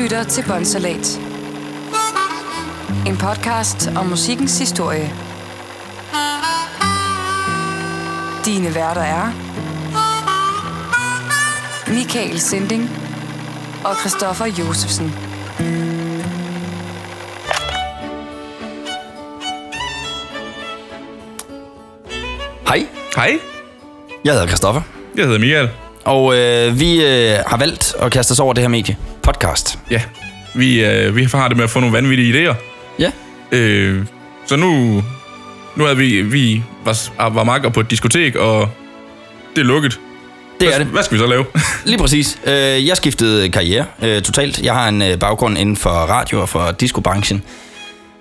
lytter til Bonsalat. En podcast om musikkens historie. Dine værter er... Michael Sinding og Christoffer Josefsen. Hej, Hej, jeg hedder Christoffer, jeg hedder Michael. og øh, vi øh, har valgt at kaste os over det her medie. Podcast. Ja, vi, øh, vi har det med at få nogle vanvittige idéer. Ja. Øh, så nu, nu havde vi, vi var, s- var makker på et diskotek, og det er lukket. Det er det. Hvad skal vi så lave? Lige præcis. Øh, jeg skiftede karriere øh, totalt. Jeg har en øh, baggrund inden for radio og for discobranchen.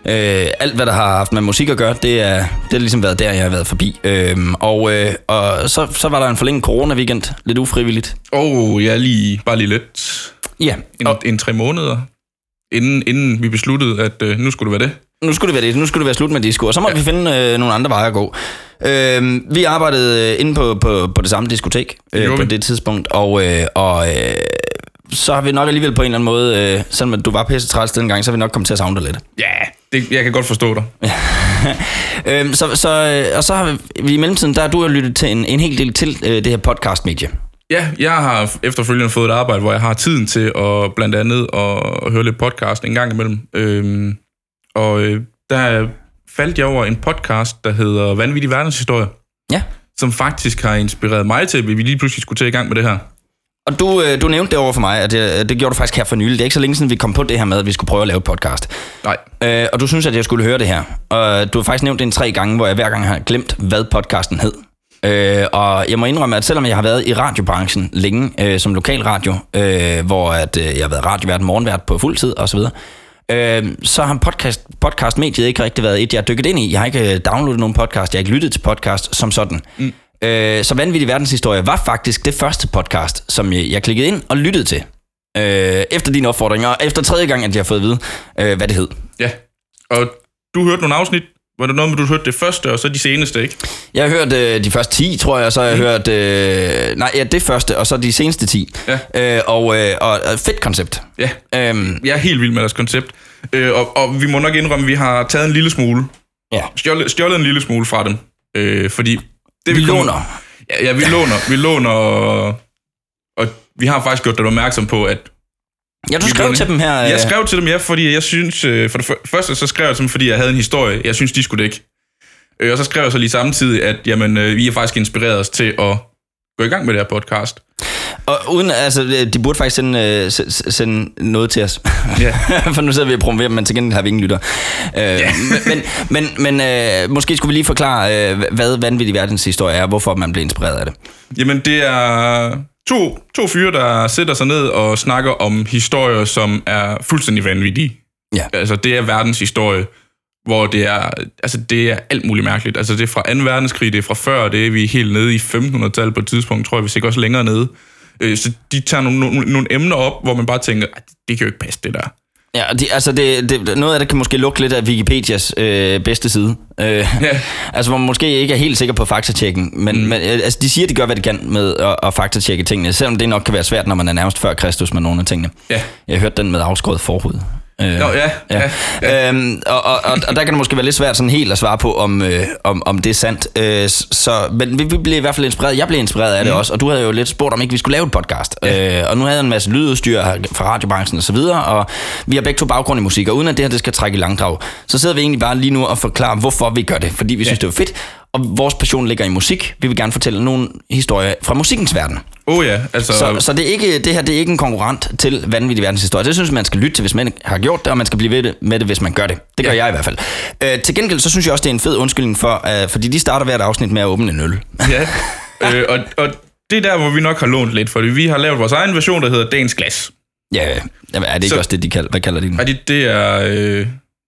Øh, alt, hvad der har haft med musik at gøre, det, er, det har ligesom været der, jeg har været forbi. Øh, og øh, og så, så var der en forlænget corona-weekend, lidt ufrivilligt. Åh, oh, jeg er lige, bare lige lidt. Ja, En, og oh. en tre måneder, inden, inden vi besluttede, at øh, nu skulle det være det. nu skulle det være det. Nu skulle det være slut med disco, og så måtte ja. vi finde øh, nogle andre veje at gå. Øh, vi arbejdede øh, inde på, på, på det samme diskotek øh, gjorde på vi. det tidspunkt, og, øh, og øh, så har vi nok alligevel på en eller anden måde, øh, selvom at du var pisse træls dengang, så har vi nok kommet til at savne dig lidt. Ja, det, jeg kan godt forstå dig. Øhm, så, så, øh, og så har vi i mellemtiden, der har du jo lyttet til en, en hel del til øh, det her podcast-medie. Ja, jeg har efterfølgende fået et arbejde, hvor jeg har tiden til at blandt andet at, at høre lidt podcast en gang imellem. Øhm, og øh, der faldt jeg over en podcast, der hedder Vanvittig Verdenshistorie, Ja. som faktisk har inspireret mig til, at vi lige pludselig skulle til i gang med det her. Og du, øh, du nævnte det over for mig, at det, det gjorde du faktisk her for nylig. Det er ikke så længe siden, vi kom på det her med, at vi skulle prøve at lave et podcast. Nej, Øh, og du synes, at jeg skulle høre det her. Og du har faktisk nævnt det en tre gange, hvor jeg hver gang har glemt, hvad podcasten hed. Øh, og jeg må indrømme, at selvom jeg har været i radiobranchen længe, øh, som lokalradio, øh, hvor at, øh, jeg har været radiovært, morgenvært på fuld tid osv., øh, så har podcast, podcastmediet ikke rigtig været et, jeg har dykket ind i. Jeg har ikke øh, downloadet nogen podcast, jeg har ikke lyttet til podcast som sådan. Mm. Øh, så Vanvittig Verdenshistorie var faktisk det første podcast, som jeg, jeg klikkede ind og lyttede til. Øh, efter din opfordring, og efter tredje gang, at jeg har fået at vide, øh, hvad det hed. ja. Og du hørte nogle afsnit, var det noget med, du hørte det første, og så de seneste, ikke? Jeg har hørt øh, de første 10, tror jeg, og så har jeg mm. hørt... Øh, nej, ja, det første, og så de seneste 10. Ja. Øh, og, øh, og og fedt koncept. Ja, Øhm, jeg er helt vild med deres koncept. Øh, og, og vi må nok indrømme, at vi har taget en lille smule, ja. stjålet, stjålet en lille smule fra dem. Øh, fordi det, Vi kommer- låner. Ja, ja vi låner, vi låner, og, og vi har faktisk gjort dig opmærksom på, at... Ja, du vi skrev låner- til dem her... Øh, Jeg skrev til dem, ja, fordi jeg synes... øh, For det fø- første, så skrev jeg til dem, fordi jeg havde en historie, jeg synes, de skulle dække. Øh, Og så skrev jeg så lige samtidig, at jamen, øh, vi har faktisk inspireret os til at gå i gang med det her podcast. Og uden, altså, øh, de burde faktisk sende, øh, s- s- sende noget til os. Ja. For nu sidder vi og promoverer dem, men til gengæld har vi ingen lytter. Øh, men men, men øh, måske skulle vi lige forklare, øh, hvad vanvittig verdenshistorie er, og hvorfor man blev inspireret af det. Jamen, det er to, to fyre, der sætter sig ned og snakker om historier, som er fuldstændig vanvittige. Ja. Altså, det er verdenshistorie, hvor det er, altså, det er alt muligt mærkeligt. Altså, det er fra 2. verdenskrig, det er fra før, det er vi er helt nede i 1500-tallet på et tidspunkt, tror jeg, hvis ikke også længere nede. Øh, Så de tager nogle, nogle, nogle emner op, hvor man bare tænker, "Ej, det kan jo ikke passe, det der. Ja, og det, altså det, det, noget af det kan måske lugte lidt af Wikipedias øh, bedste side. Øh, ja. Altså, hvor man måske ikke er helt sikker på faktatjekken, men, mm. men øh, altså, de siger, de gør, hvad de kan med at, at faktatjekke tingene, selvom det nok kan være svært, når man er nærmest før Kristus med nogle af tingene. Ja. Jeg hørte den med afskåret forhud. Øh, Nå, ja, ja, ja. Øhm, og, og, og, og der kan det måske være lidt svært sådan helt at svare på, om, øh, om, om det er sandt. Øh, s- så, men vi, vi blev i hvert fald inspireret. Jeg blev inspireret af det mm. også, og du havde jo lidt spurgt, om ikke vi skulle lave et podcast. Ja. Øh, og nu havde jeg en masse lydudstyr fra radiobranchen og så videre, og vi har begge to baggrund i musik, og uden at det her det skal trække i langdrag, så sidder vi egentlig bare lige nu og forklarer, hvorfor vi gør det. Fordi vi ja. synes, det er fedt, og vores passion ligger i musik. Vi vil gerne fortælle nogle historier fra musikkens verden. Åh oh, ja, altså... Så, så det, er ikke, det her det er ikke en konkurrent til vanvittig verdenshistorie. Det synes jeg, man skal lytte til, hvis man ikke har gjort det, og man skal blive ved det, med det, hvis man gør det. Det gør ja. jeg i hvert fald. Øh, til gengæld, så synes jeg også, det er en fed undskyldning for, øh, fordi de starter hvert afsnit med at åbne en øl. Ja, øh, og, og det er der, hvor vi nok har lånt lidt, fordi vi har lavet vores egen version, der hedder Dagens Glas. ja, øh, jamen, er det ikke så, Så- også det, de kalder, hvad kalder de den? Nej, det, det er... Øh,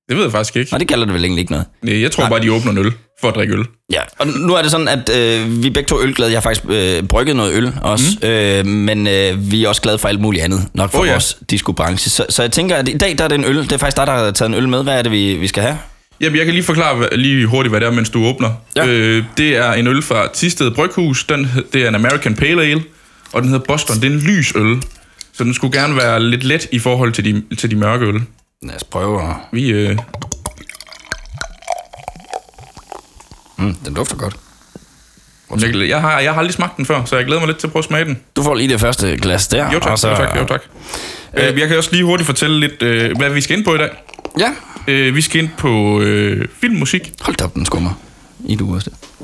det ved jeg faktisk ikke. Nå, det kalder det vel egentlig ikke noget. Nej, jeg tror bare, de åbner en øl for at drikke øl. Ja, og nu er det sådan, at øh, vi er begge to ølglade. Jeg har faktisk øh, brygget noget øl også, mm. øh, men øh, vi er også glade for alt muligt andet, nok for oh, Åh, ja. ja. vores discobranche. Så, så jeg tænker, at i dag der er det en øl. Det er faktisk dig, der har taget en øl med. Hvad er det, vi, vi skal have? Jamen, jeg kan lige forklare hvad- lige hurtigt, hvad det er, mens du åbner. Ja. Øh, det er en øl fra Tisted Bryghus. Den, hed- det er en American Pale Ale, og den hedder Boston. Det er en lys øl. Så den skulle gerne være lidt let i forhold til de, til de mørke øl. Lad os prøve at... Vi, øh, Mm, den dufter godt. jeg, jeg, har, jeg har aldrig smagt den før, så jeg glæder mig lidt til at prøve at smage den. Du får lige det første glas der. Jo tak, og så, jo tak, jo tak. Ah, Øh, jeg kan også lige hurtigt fortælle lidt, øh, hvad vi skal ind på i dag. Ja, Øh, vi skal ind på øh, filmmusik. hold da op, den skummer. I du også det.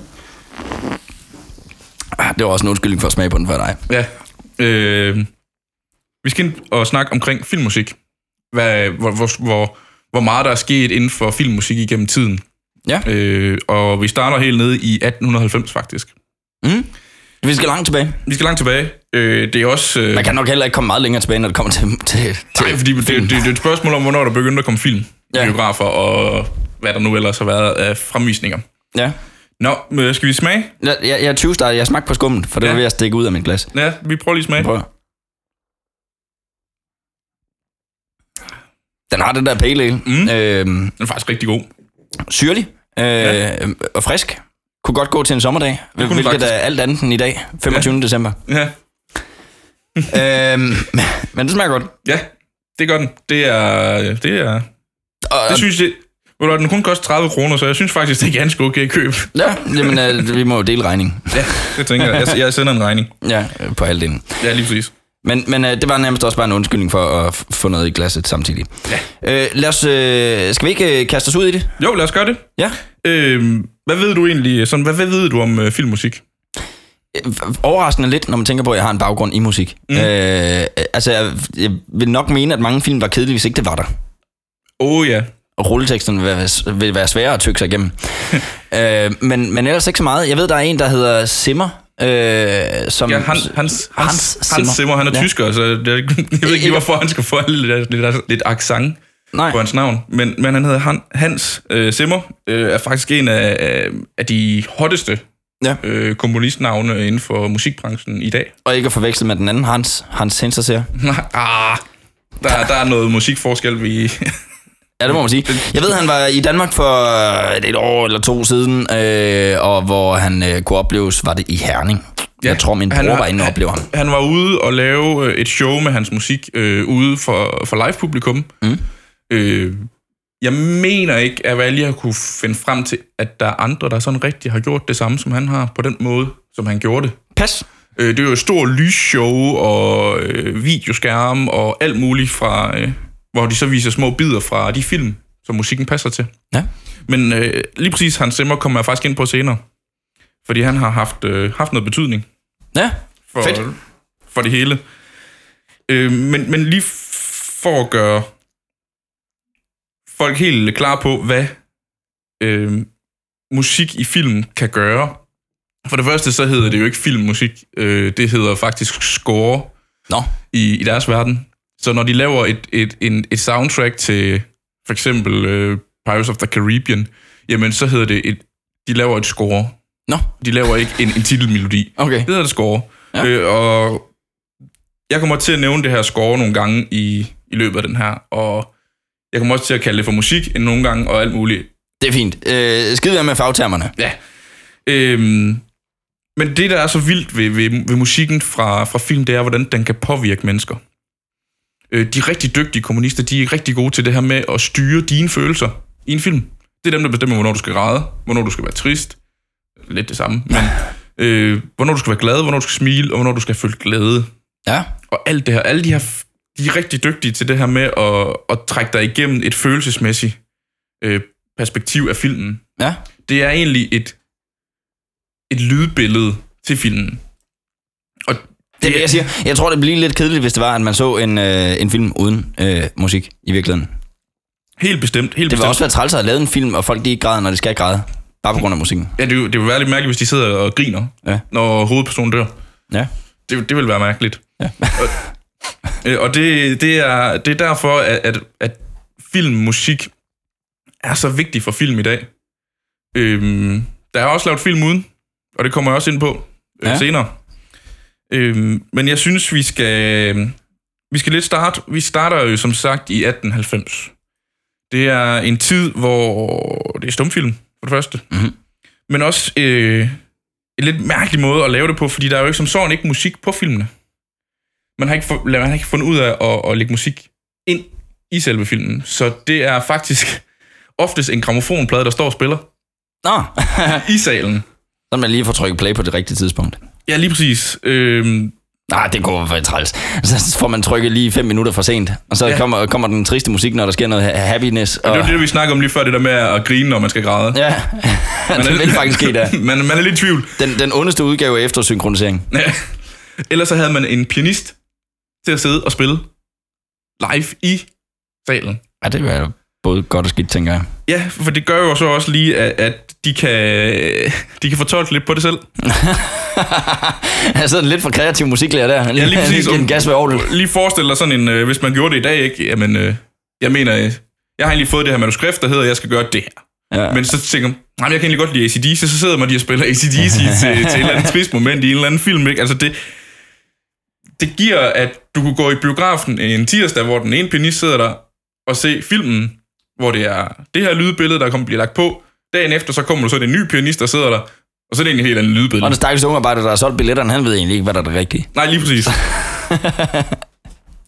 Ah, det var også en undskyldning for at smage på den for dig. Ja. Øh, vi skal ind og snakke omkring filmmusik. Hvad, hvor, hvor, hvor, hvor meget der er sket inden for filmmusik igennem tiden. Ja. Øh, og vi starter helt nede i 1890 faktisk. Mm. Vi skal langt tilbage. Vi skal langt tilbage. Øh, det er også... Øh, Man kan nok heller ikke komme meget længere tilbage, når det kommer til... til, til Nej, fordi det, det, det er et spørgsmål om, hvornår der begyndte at komme film, Ja. ja. biografer og hvad der nu ellers har været af fremvisninger. Ja. Nå, øh, skal vi smage? Jeg, jeg, jeg er 20 startet. Jeg smagte på skummen, for det Ja. var ved at stikke ud af mit glas. Ja, vi prøver lige at smage. Prøv. Den har den der pale ale. Mm. Øh, Den er faktisk rigtig god. syrlig øh, ja. og frisk. Kunne godt gå til en sommerdag, kunne den hvilket faktisk. er alt andet end i dag, 25. Ja. december. Ja, øhm, men det smager godt. ja det gør den. Det er... øh, Det, er, Og, det synes jeg... Ved du, hvad, den kun koster 30 kroner, så jeg synes faktisk, det er ganske okay at købe. ja, jamen, øh, vi må jo dele regningen Ja, det tænker jeg. Jeg, jeg sender en regning. ja, øh, på halvdelen. Ja, lige præcis. Men, men øh, det var nærmest også bare en undskyldning for at f- få noget i glasset samtidig. Ja. Øh, lad os, øh, skal vi ikke øh, kaste os ud i det? Jo, lad os gøre det. Ja. Øhm, hvad ved du egentlig, sådan, hvad, hvad ved du om øh, filmmusik? Øh, Overraskende lidt, når man tænker på, at jeg har en baggrund i musik. Mm. Øh, altså, jeg, jeg vil nok mene, at mange film var kedelige, hvis ikke det var der. Åh oh, ja, og rulleteksten vil være, vil være sværere at tykke sig igennem. øh, men, men ellers ikke så meget. Jeg ved, der er en, der hedder Simmer. Øh, som, Ja, Hans, Hans, Hans, Hans Zimmer, han er Ja. ja. tysker, så det, jeg ved ikke lige, hvorfor han skal få lidt, lidt, lidt accent Nej, på hans navn. Men, men han hedder Han, Hans øh, Zimmer, øh, er faktisk en af, af- af de hotteste Ja. øh, komponistnavne inden for musikbranchen i dag. og ikke at forveksle med den anden Hans. Hans Henser siger. Nej, ah, der, er- der er noget musikforskel, vi... Ja, det må man sige. Jeg ved, han var i Danmark for øh, et et år eller to siden, øh, og hvor han øh, kunne opleves, var det i Herning. Ja, jeg tror, min bror han er- var inde og opleve ham. Han var ude og lave øh, et show med hans musik øh, ude for, for live-publikum. Mm. Øh, jeg mener ikke, at jeg lige har kunne finde frem til, at der er andre, der sådan rigtig har gjort det samme, som han har, på den måde, som han gjorde det. Pas. Øh, det er jo et stort lysshow og øh, videoskærme og alt muligt fra... Øh, hvor de så viser små bidder fra de film, som musikken passer til. Ja. Men øh, lige præcis Hans Zimmer kommer jeg faktisk ind på senere. Fordi han har haft, øh, haft noget betydning Ja, for, Fedt. for det hele. Øh, men, men lige for at gøre folk helt klar på, hvad øh, musik i film kan gøre. For det første, så hedder det jo ikke filmmusik. Øh, det hedder faktisk score Nå, i, i deres verden. Så når de laver et, et, en, et soundtrack til for eksempel øh, Pirates of the Caribbean, jamen så hedder det et, de laver et score. nå, De laver ikke en, en titelmelodi. okay. Det hedder det score. Ja. Ja. Øh, og jeg kommer til at nævne det her score nogle gange i, i løbet af den her, og jeg kommer også til at kalde det for musik en nogle gange, og alt muligt. Det er fint. Øh, skid være med fagtermerne. Ja. Øhm, men det, der er så vildt ved, ved, ved musikken fra, fra film, det er, hvordan den kan påvirke mennesker. Øh, de rigtig dygtige kommunister, de er rigtig gode til det her med at styre dine følelser i en film. Det er dem, der bestemmer, hvornår du skal græde, hvornår du skal være trist. Lidt det samme, men... Øh, hvornår du skal være glad, hvornår du skal smile, og hvornår du skal føle glæde. Ja, og alt det her. Alle de her, f- de er rigtig dygtige til det her med at, at trække dig igennem et følelsesmæssigt øh, perspektiv af filmen. ja. Det er egentlig et, et lydbillede til filmen. Og Det er det, jeg siger. Jeg tror, det bliver lidt kedeligt, hvis det var, at man så en, øh, en film uden øh, musik i virkeligheden. Helt bestemt, helt Det bestemt. vil også være træls at have lavet en film, og folk de ikke græder, når de skal græde. Bare på grund af musikken. Ja, det, vil- det vil være lidt mærkeligt, hvis de sidder og griner, Ja. når hovedpersonen dør. Ja. Det, det vil være mærkeligt. Ja. og øh, og det, det, er, det er derfor, at, at, at filmmusik er så vigtig for film i dag. Øhm, der er også lavet film uden, og det kommer jeg også ind på øh, Ja. ja. senere. Øhm, men jeg synes, vi skal, vi skal lidt starte. Vi starter jo som sagt i 1890. Det er en tid, hvor det er stumfilm, for det første. Mhm. Men også øh, en lidt mærkelig måde at lave det på, fordi der er jo ikke som sådan ikke musik på filmene. man har ikke, for, man har ikke fundet ud af at, at lægge musik ind i selve filmen. Så det er faktisk oftest en gramofonplade, der står og spiller Nå, i salen. så man lige får trykket play på det rigtige tidspunkt. Ja, lige præcis. Øhm, Nej, det går for træls. Så får man trykket lige 5 minutter for sent, og så ja. Ja. kommer, kommer den triste musik, når der sker noget ha- happiness. Og, det var det, vi snakkede om lige før, det der med at grine, når man skal græde. Ja, det vil faktisk ske der. man, man er lidt i tvivl. Den, den ondeste udgave efter synkronisering. Ja. Ellers så havde man en pianist til at sidde og spille live i salen. Ja, det er jo både godt og skidt, tænker jeg. Ja, for det gør jo så også lige, at, at de, kan, de kan fortolke lidt på det selv. Jeg sidder lidt for kreativ musiklærer der. Ja, lige præcis. en gas ved ordet. Lige forestil dig sådan en, øh, hvis man gjorde det i dag, ikke? Jamen, øh, jeg mener, øh, jeg har egentlig fået det her manuskript, der hedder, jeg skal gøre det her. Ja. Men så tænker man, nej, men jeg kan egentlig godt lide ACDC, så sidder man lige og spiller ACDC til, til et eller andet trist moment i en eller anden film, ikke? Altså det, det giver, at du kunne gå i biografen en tirsdag, hvor den ene pianist sidder der og se filmen, hvor det er det her lydbillede, der kommer bliver lagt på. Dagen efter, så kommer du så den nye pianist, der sidder der, og så er det egentlig et helt andet lydbillede. Og den stakkels unge arbejder, der har solgt billetterne, han ved egentlig ikke, hvad der er det rigtige. Nej, lige præcis.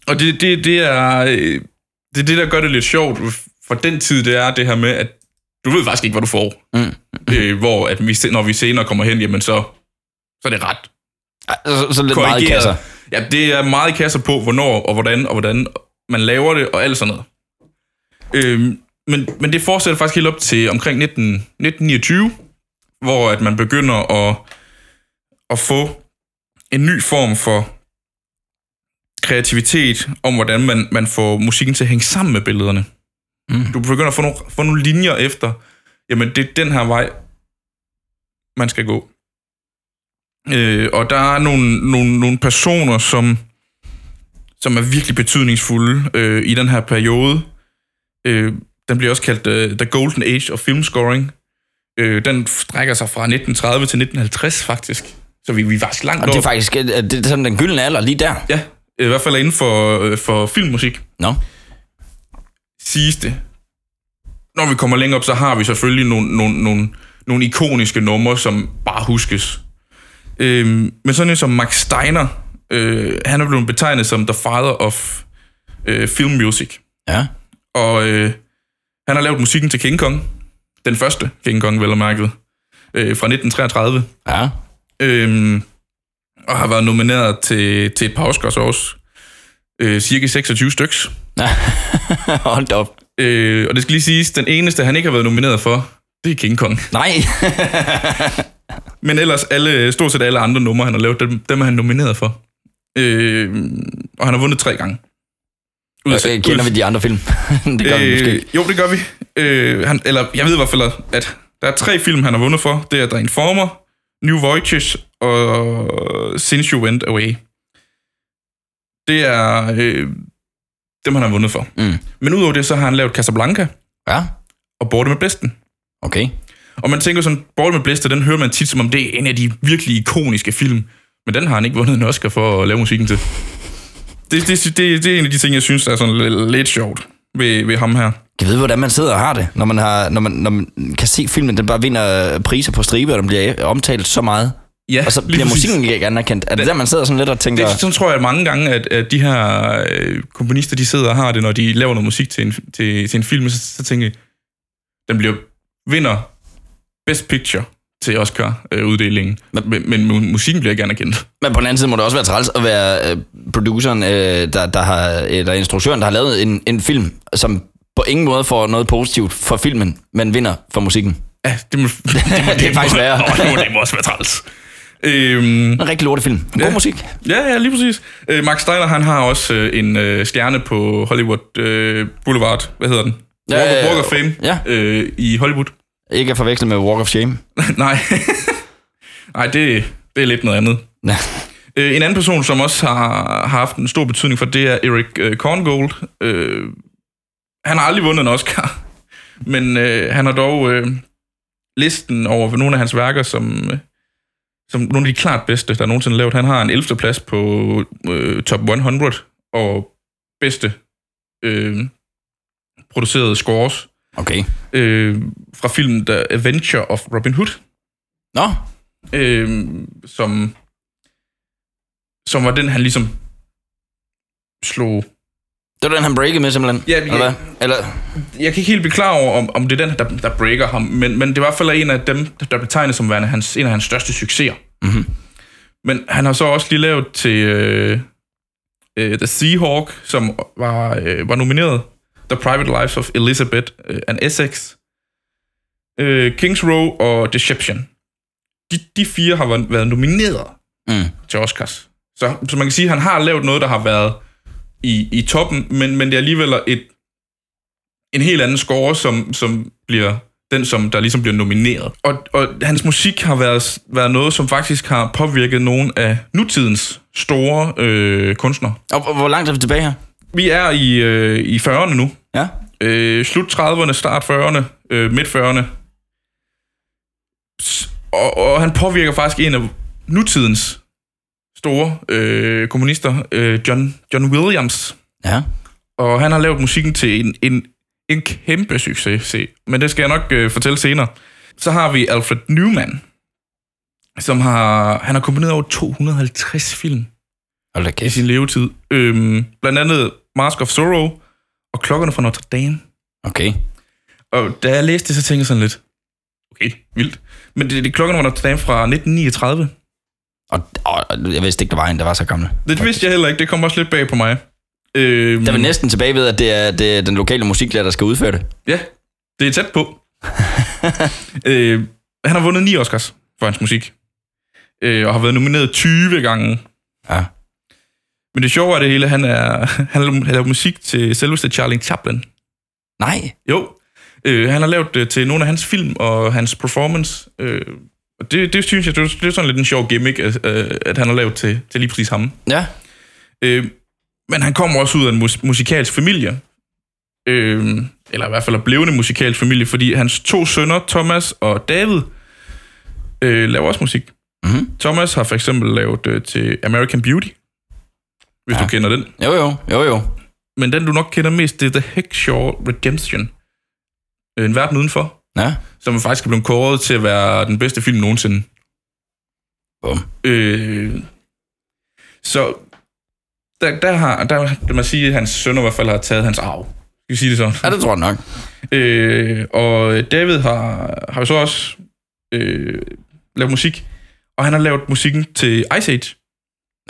og det, det, det er øh, det, er det, der gør det lidt sjovt for den tid, det er det her med, at du ved faktisk ikke, hvad du får. Mm. Øh, hvor at vi, se- når vi senere kommer hen, jamen så, så er det ret. Så, så lidt meget i korrigeret. kasser. Ja, det er meget i kasser på, hvornår og hvordan og hvordan man laver det og alt sådan noget. Øhm, men, men det fortsætter faktisk helt op til omkring 19, 1929, hvor at man begynder at, at få en ny form for kreativitet om, hvordan man, man får musikken til at hænge sammen med billederne. Mm. Du begynder at få nogle, få nogle linjer efter, jamen det er den her vej, man skal gå. Øh, og der er nogle, nogle, nogle personer, som, som er virkelig betydningsfulde øh, i den her periode. Øh, den bliver også kaldt øh, The Golden Age of Film Scoring. Øh, den strækker sig fra 1930 til 1950 faktisk. Så vi, vi er faktisk langt Og det er over. faktisk øh, det er sådan den gyldne alder lige der. Ja, øh, i hvert fald inden for, øh, for filmmusik Nå. siges det. Når vi kommer længere op, så har vi selvfølgelig nogle, nogle, nogle, nogle ikoniske numre, som bare huskes. Øhm, men sådan en som Max Steiner, øh, han er blevet betegnet som the father of øh, film music. Ja. Og øh, han har lavet musikken til King Kong. Den første King Kong, vel og mærket. Øh, fra 1933. Ja. Øhm, og har været nomineret til, til et par Oscars også. Øh, cirka 26 styks. Hold da op. Øh, og det skal lige siges, den eneste, han ikke har været nomineret for, det er King Kong. Nej. Men ellers, alle, stort set alle andre numre, han har lavet, dem, dem er han nomineret for. Øh, og han har vundet tre gange. Ud af- Øh, Kender vi de andre film? det gør vi måske. øh, Jo, det gør vi. Øh, han, eller jeg ved i hvert fald, at der er tre film, han har vundet for. Det er The Informer, New Voyages og Since You Went Away. Det er øh, dem, han har vundet for. Mm. Men udover det, så har han lavet Casablanca Ja. og Borte med Blæsten. Okay. Og man tænker sådan, Borte med Blæster, den hører man tit som om, det er en af de virkelig ikoniske film. Men den har han ikke vundet en Oscar for at lave musikken til. Det, det, det, det er en af de ting, jeg synes, der er sådan lidt, lidt sjovt ved, ved ham her. Jeg ved, hvordan man sidder og har det, når man, har, når man, når man kan se filmen, den bare vinder øh, priser på stribe, og den bliver omtalt så meget. Ja, Og så lige bliver præcis. musikken ikke anerkendt. Er det der, man sidder sådan lidt og tænker... Det, sådan tror jeg mange gange, at, at de her øh, komponister, de sidder og har det, når de laver noget musik til en, til, til en film, så, så tænker jeg, den bliver vinder Best Picture til Oscar-uddelingen. Men, men, men musikken bliver ikke anerkendt. Men på den anden side må det også være træls at være øh, produceren, øh, der, der har, eller instruktøren, der har lavet en, en film, som på ingen måde får noget positivt for filmen, men vinder for musikken. Ja, det, må, det, må, Det er faktisk må- værre. Åh, det, må, det må også være træls. Øhm, En rigtig lortet film. God ja. Ja. musik. ja, ja, lige præcis. Øh, Max Steiner, han har også øh, en øh, stjerne på Hollywood øh, Boulevard. Hvad hedder den? Ja, Walk, ja, ja. Walk of Fame Ja. øh, i Hollywood. Ikke at forveksle med Walk of Shame. Nej, Nej det, det er lidt noget andet. Ja. Øh, en anden person, som også har, har haft en stor betydning for, det er Eric øh, Korngold. Øh, han har aldrig vundet en Oscar, men øh, han har dog øh, listen over nogle af hans værker, som, øh, som nogle af de klart bedste, der er nogensinde lavet. Han har en 11. plads på øh, top 100 og bedste øh, producerede scores Okay. øh, fra filmen The Adventure of Robin Hood Nå, Øhm, øh, som, som var den, han ligesom slog... Det var den, han breakede med simpelthen. Ja, eller, ja. hvad? eller Jeg kan ikke helt blive klar over, om, om det er den, der, der breaker ham, men, men det er i hvert fald en af dem, der betegnes som værende hans, en af hans største succeser. Mhm. Men han har så også lige lavet til øh, øh, The Seahawk, som var, øh, var nomineret. The Private Lives of Elizabeth øh, and Essex. Øh, Kings Row og Deception. De, de fire har været- været nomineret mm, til Oscars. Så, så man kan sige, at han har lavet noget, der har været i, i toppen, men, men det er alligevel et, en helt anden score, som, som bliver den, som der ligesom bliver nomineret. Og, og hans musik har været, været noget, som faktisk har påvirket nogle af nutidens store øh, kunstnere. og, og, hvor langt er vi tilbage her? Vi er i, øh, i 40'erne nu. Ja. Øh, slut 30'erne, start 40'erne, øh, midt 40'erne. S- Og, og han påvirker faktisk en af nutidens store øh, kommunister, øh, John, John Williams. Ja. Og han har lavet musikken til en, en, en kæmpe succes, se. men det skal jeg nok øh, fortælle senere. Så har vi Alfred Newman, som har, han har komponeret over 250 film Hold da i kæft. sin levetid. Øhm, blandt andet Mask of Sorrow og Klokkerne fra Notre Dame. Okay. Og da jeg læste det, så tænkte jeg sådan lidt, okay, vildt. Men det, det klokken var nok tilbage fra 1939. Og, og, og jeg vidste ikke, der var en, der var så gammel. Det vidste jeg heller ikke, det kom også lidt bag på mig. Øhm, Der var næsten tilbage ved, at det er, det er den lokale musiklærer, der skal udføre det. Ja, det er tæt på. øh, han har vundet 9 Oscars for hans musik. Øh, og har været nomineret 20 gange. Ja. Men det sjove er det hele, han er, han har lavet musik til selveste Charlie Chaplin. Nej. Jo, øh, han har lavet det til nogle af hans film og hans performance. Øh, og det, det synes jeg, det er det er sådan lidt en sjov gimmick, at, øh, at han har lavet til, til lige præcis ham. Ja. Øh, men han kommer også ud af en mus- musikalsk familie. Øh, eller i hvert fald er blevende musikalsk familie, fordi hans to sønner, Thomas og David, øh, laver også musik. Mm-hmm. Thomas har for eksempel lavet øh, til American Beauty, hvis Ja. ja. du kender den. Jo, jo, jo, jo. Men den, du nok kender mest, det er The Hackshaw Redemption. Øh, En verden udenfor. Ja. som faktisk er blevet kåret til at være den bedste film nogensinde. Bum. Øh, så der, der har, der kan man sige, at hans søn i hvert fald har taget hans arv. Skal vi sige det sådan? ja, det tror jeg nok. Øh, og David har, har jo så også øh, lavet musik, og han har lavet musikken til Ice Age,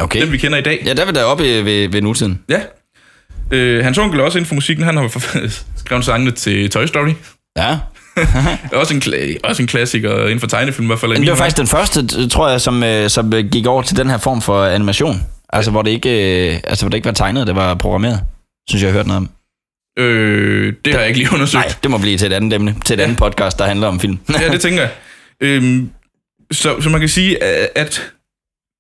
Okay. den vi kender i dag. Ja, der vil der oppe i- ved, ved nutiden. Ja. Øh, hans onkel er også inden for musikken, han har skrevet sangene til Toy Story. Ja. Også en, kla- også en klassiker inden for tegnefilm, i hvert fald. i Men det mine var faktisk den første, tror jeg, som, øh, som øh, gik over til den her form for animation. Altså, hvor det ikke, øh, altså, hvor det ikke var tegnet, det var programmeret. Synes jeg, jeg hørte noget om. øjne. øh, det har jeg ikke lige undersøgt. Nej, det må blive til et andet emne. Til et andet podcast, der handler om film. ja, det tænker jeg. Øhm, så, så man kan sige, at- at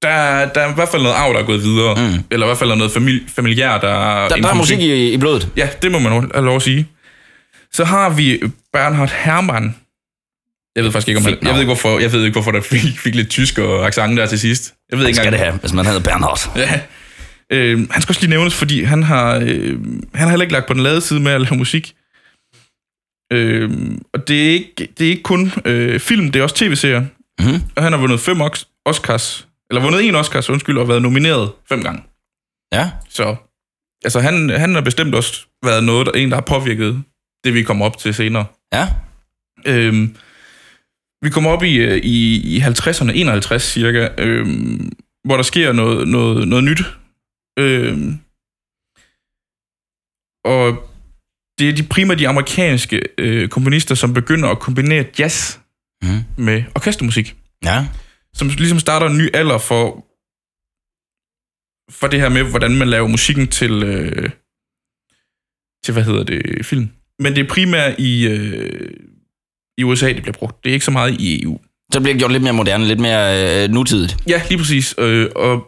der, der er i hvert fald noget arv, der er gået videre. Mm. Eller i hvert fald noget famili- familiær, der... Der, der er musik i, i blodet. Ja, det må man jo have lov at sige. Så har vi Bernhard Herrmann. Jeg ved faktisk ikke, om han, Fedt jeg navn. ved ikke, hvorfor, jeg ved ikke, hvorfor der fik, fik lidt tysk og accent der til sidst. Jeg ved Det ikke skal det engang, have, hvis man hedder Bernhard. Ja. Øh, han skal også lige nævnes, fordi han har, øh, han har heller ikke lagt på den lade side med at lave musik. Øh, og det er ikke, det er ikke kun øh, film, det er også tv-serier. Mhm. Og han har vundet fem Ox- Oscars, eller vundet en Oscars, undskyld, og været nomineret fem gange. Ja. Så altså, han, han har bestemt også været noget, der, en, der har påvirket det, vi kommer op til senere. Ja. Øhm, vi kommer op i, øh, i, i 50'erne, 51 cirka, øhm, hvor der sker noget, noget, noget nyt. Øhm, og det er de primært de amerikanske øh, komponister, som begynder at kombinere jazz Mhm. med orkestermusik, Ja. som ligesom starter en ny alder for, for det her med, hvordan man laver musikken til, øh, til hvad hedder det, film. Men det er primært i, øh, i USA, det bliver brugt. Det er ikke så meget i EU. Så bliver det gjort lidt mere moderne, lidt mere øh, nutidigt. Ja, lige præcis. Øh, og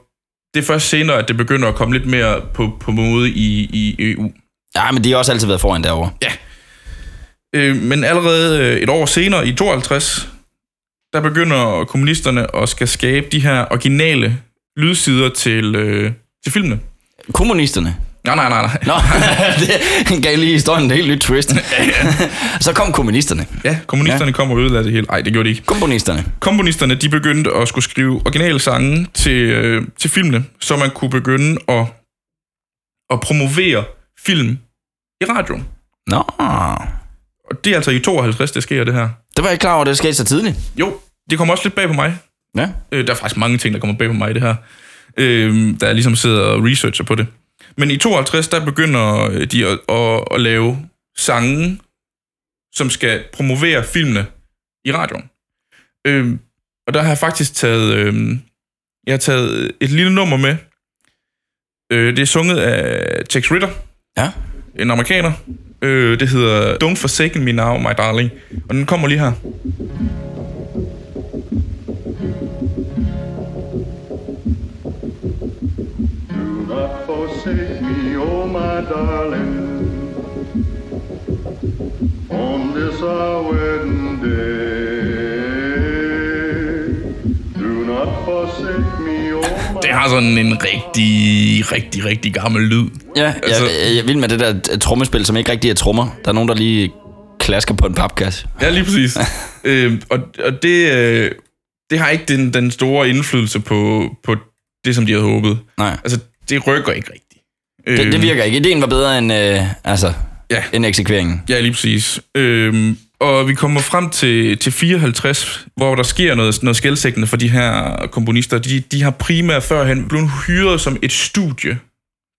det er først senere, at det begynder at komme lidt mere på, på mode i, i E EU. Ja, men de har også altid været foran derovre. Øh, men allerede øh, et år senere, i 52, der begynder kommunisterne at skal skabe de her originale lydsider til, øh, til filmene. Kommunisterne. Nej, nej, nej, nej. Nå, det gav lige historien en helt nyt twist. så kom kommunisterne. Ja, kommunisterne ja. kom og ødelagde det hele. Nej, det gjorde de ikke. Komponisterne. Komponisterne, de begyndte at skulle skrive originale sange til, øh, til filmene, så man kunne begynde at, at promovere film i radioen. Nå, Og det er altså i 52, det sker det her. det var jeg ikke klar over, at det skete så tidligt. Jo, det kommer også lidt bag på mig. Ja. Øh, der er faktisk mange ting, der kommer bag på mig i det her. Øh, der ligesom sidder og researcher på det. Men i 52, der begynder øh, de at, at, at lave sange, som skal promovere filmene i radioen. Øh, og der har jeg faktisk taget, øh, jeg har taget et lille nummer med. Øh, det er sunget af Tex Ritter, Ja. en amerikaner. Øh, det hedder Don't Forsaken Me Now, My Darling. Og den kommer lige her. Do not forsake me, oh my darling, on this our wedding day. Do not forsake me, oh my Det har sådan en rigtig, rigtig, rigtig gammel lyd. Ja, jeg, Altså- jeg, jeg vil med det der øh, trommespil, som ikke rigtig er trommer. Der er nogen, der lige klasker på en papkasse. Ja, lige præcis. øh, og, og det, øh, det har ikke den, den store indflydelse på, på det, som de havde håbet. Nej, Altså, det rykker ikke rigtigt. Øh, det, det virker ikke. Ideen var bedre end, øh, altså, Ja. end eksekveringen. Ja, lige præcis. Øhm, og vi kommer frem til, til 54, hvor der sker noget, noget skældsættende for de her komponister. De, de har primært førhen blevet hyret som et studie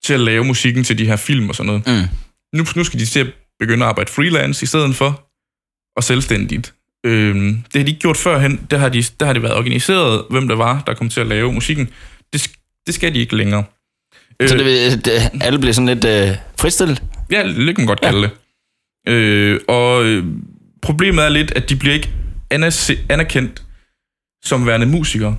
til at lave musikken til de her film og sådan noget. Mm. Nu, nu skal de til at begynde at arbejde freelance i stedet for, og selvstændigt. Øhm, det har de ikke gjort førhen. Der har, de, der har det været organiseret, hvem der var, der kom til at lave musikken. Det, sk- det skal de ikke længere. Så Øh, det, vil- det, alle blev sådan lidt øh, fristillet. Ja, det kan man godt kalde ja. det. Øh, og øh, problemet er lidt, at de bliver ikke anas- anerkendt som værende musikere.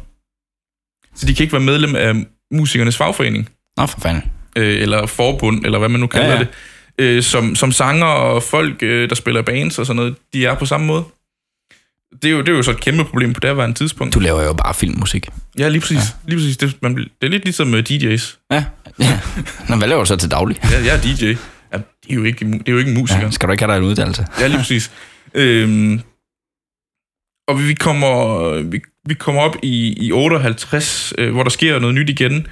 Så de kan ikke være medlem af musikernes fagforening, Nå, for fanden. øh, eller forbund, eller hvad man nu kalder Ja, ja, ja. ja. det. Øh, som, som sanger og folk, øh, der spiller i bands og sådan noget, de er på samme måde. Det er jo, det er jo så et kæmpe problem på det her tidspunkt. Du laver jo bare filmmusik. Ja, lige præcis. Ja. Lige præcis. Det, man, bliver- det er lidt ligesom med DJ's. Ja. ja. Nå, hvad laver du så til daglig? Jeg, jeg er DJ. Ja, det, er jo ikke, det er jo ikke en musiker. Ja. Skal du ikke have dig en uddannelse? Ja, lige præcis. øhm, og vi kommer, vi, vi kommer op i, i 58, øh, hvor der sker noget nyt igen.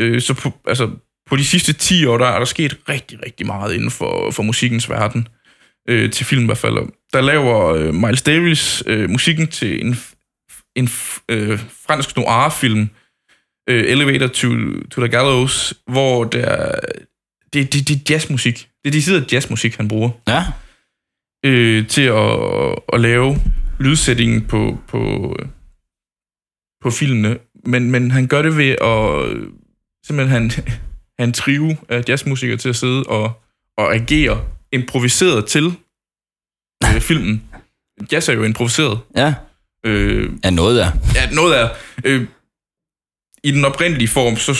Øh, så på, altså, på de sidste 10 år, der er der sket rigtig, rigtig meget inden for, for musikkens verden. Øh, til film i hvert fald. Der laver øh, Miles Davis øh, musikken til en, f- en f- øh, fransk noir-film, øh, Elevator to, to the Gallows, hvor der, det, det, det er jazzmusik. Det er decideret jazzmusik, han bruger Ja. øh, til at, at lave lydsætningen på, på, på filmene, men, men han gør det ved at øh, simpelthen han, han trive af jazzmusikere til at sidde og, og agere improviseret til øh, filmen. Jazz er jo improviseret. Ja. Øh, Ja, noget der. ja, noget af... Øh, I den oprindelige form, så,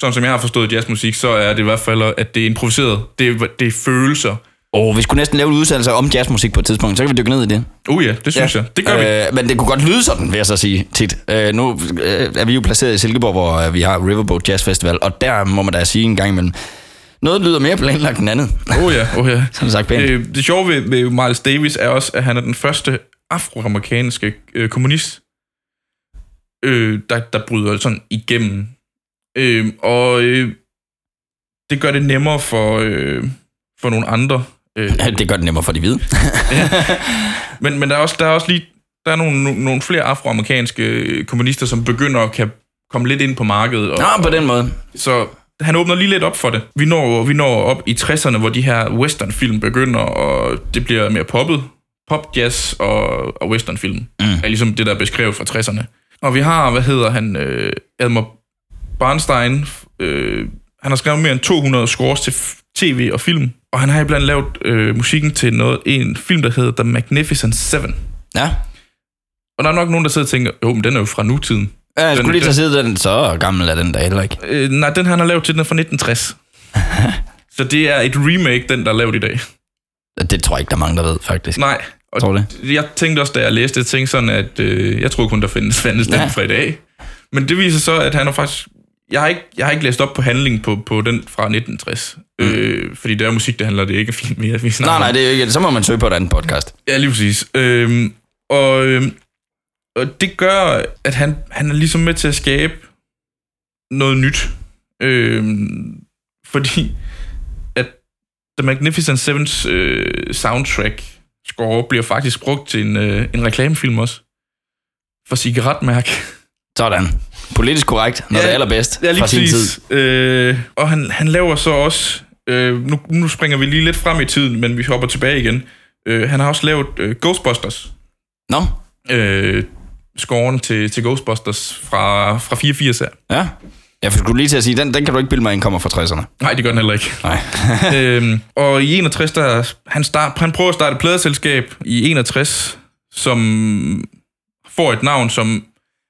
sådan som jeg har forstået jazzmusik, så er det i hvert fald, at det er improviseret. Det, er- det er følelser. Åh, oh, vi skulle næsten lave en udsendelse om jazzmusik på et tidspunkt, så kan vi dykke ned i det. Oh ja, det synes ja. jeg. Det gør øh, vi. Øh, men det kunne godt lyde sådan, vil jeg så sige tit. Øh, nu øh, er vi jo placeret i Silkeborg, hvor øh, vi har Riverboat Jazz Festival, og der må man da sige en gang imellem, noget lyder mere planlagt end andet. Oh ja, oh ja. Som sagt pænt. Øh, det sjove ved, ved Miles Davis er også, at han er den første afroamerikanske øh, kommunist, øh, der, der bryder sådan igennem. Øh, og øh, det gør det nemmere for, øh, for nogle andre. Øh, Øh, det gør det nemmere for de hvide. men men der, er også, der er også lige der er nogle, nogle- nogle flere afroamerikanske øh, kommunister, som begynder at kan komme lidt ind på markedet. Og, Nå, på den måde. Så han åbner lige lidt op for det. Vi når, vi når op i 60'erne, hvor de her westernfilm begynder, og det bliver mere poppet. Pop, jazz og, og westernfilm mm. er ligesom det, der er beskrevet fra 60'erne. Og vi har, hvad hedder han, øh, Elmer Barnstein. Øh, han har skrevet mere end 200 scores til f- tv og film. Og han har iblandt lavet øh, musikken til noget, en film, der hedder The Magnificent Seven. Ja. Og der er nok nogen, der sidder og tænker, jo, men den er jo fra nutiden. Ja, Jeg skulle Den- lige tage den- side den, så gammel er den der heller ikke. Øh, nej, den han har lavet til, den er fra 1960. så det er et remake, den der er lavet i dag. Det tror jeg ikke, der er mange, der ved, faktisk. Nej. Og Tror du Jeg tænkte også, da jeg læste det, jeg tænkte sådan, at øh, jeg troede kun, der findes, fandtes den Ja. fra i dag. Men det viser så, at han er faktisk... Jeg har, ikke, jeg har ikke læst op på handlingen på, på den fra 1960. Mm. Øh, fordi det er musik, det handler det er ikke film mere. Vi snakker Nej, om. nej, det er jo ikke Så må man søge på et andet podcast. Ja, lige præcis. Øhm, og, øhm, og det gør, at han, han er ligesom med til at skabe noget nyt. Øhm, Fordi at The Magnificent Sevens øh, soundtrack score bliver faktisk brugt til en, øh, en reklamefilm også. For cigaretmærke. Sådan. Politisk korrekt, når Ja, det er allerbedst Ja, lige fra sin tid. præcis. Øh, og han, han laver så også... Øh, nu, nu springer vi lige lidt frem i tiden, men vi hopper tilbage igen. Øh, han har også lavet øh, Ghostbusters. Nå, Øh, scoren til, til Ghostbusters fra, fra 84 her. ja. Jeg skulle lige til at sige, den, den kan du ikke bilde mig ind kommer fra 60'erne. Nej, det gør han heller ikke. Nej. øhm, og i 61, der, han, start, han prøver at starte et pladeselskab i 61, som får et navn, som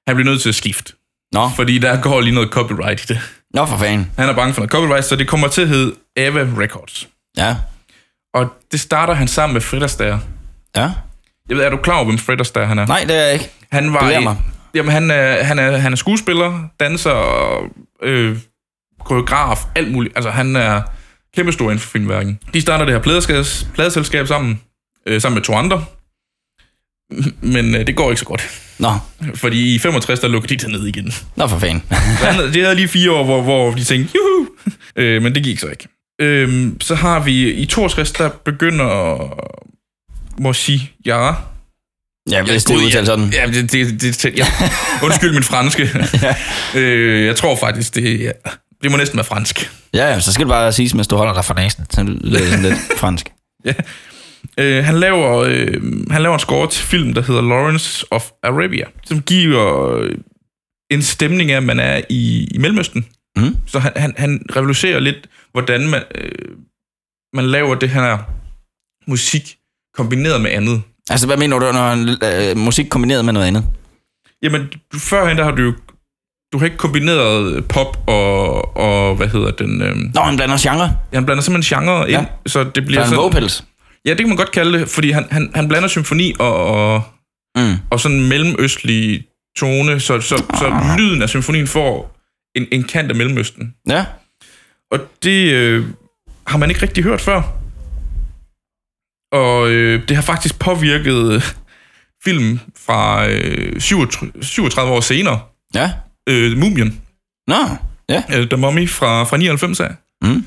han bliver nødt til at skifte. Nå, Fordi der går lige noget copyright i det. nå for fanden. Han er bange for noget copyright, så det kommer til at hedde Ava Records. Ja, Og det starter han sammen med Fred Astaire. ja. Jeg Jeg ved, er du klar over, hvem Fred Astaire han er? Nej, det er jeg ikke. han var belærer i- mig. Jamen, han er, han, er, han er skuespiller, danser, og, øh, koreograf, alt muligt. Altså, han er kæmpestor inden for filmværken. De starter det her pladeselskab, pladeselskab sammen, øh, sammen med to andre. Men øh, det går ikke så godt, Nå, fordi i 65, der lukker de det ned igen. nå for fanden. Så han, det havde lige fire år, hvor, hvor de tænkte, juhu! Øh, men det gik så ikke. Øh, så har vi i 62, der begynder Moshi Yara. ja, hvis det er udtalt sådan. Ja, det, det, det, det ja. Undskyld min franske. ja. øh, jeg tror faktisk, det, ja. det må næsten være fransk. Ja, ja, så skal det bare siges, mens du holder dig fra næsen. Så lyder det sådan lidt fransk. Øh, han, laver, øh, han laver en score til film, der hedder Lawrence of Arabia, som giver øh, en stemning af, at man er i, i Mellemøsten. Mm. Så han, han, han revolutionerer lidt, hvordan man, øh, man laver det her musik kombineret med andet. Altså, hvad mener du, når øh, musik kombineret med noget andet? Jamen, førhen der har du jo du har ikke kombineret pop og, og hvad hedder den... Øh, Nå, han blander genre. Han blander simpelthen genre ind, ja. Ja. så det Så bliver er han sådan... vocals. Ja, det kan man godt kalde det, fordi han, han, han blander symfoni og, og, Mm. og sådan en mellemøstlig tone, så, så, så lyden af symfonien får en, en kant af Mellemøsten. Ja, Og det øh, har man ikke rigtig hørt før. Og øh, det har faktisk påvirket øh, film fra øh, 37, 37 år senere. ja. Øh, Mumien, Nå, ja. øh, The Mummy fra, fra 99 af. Mm.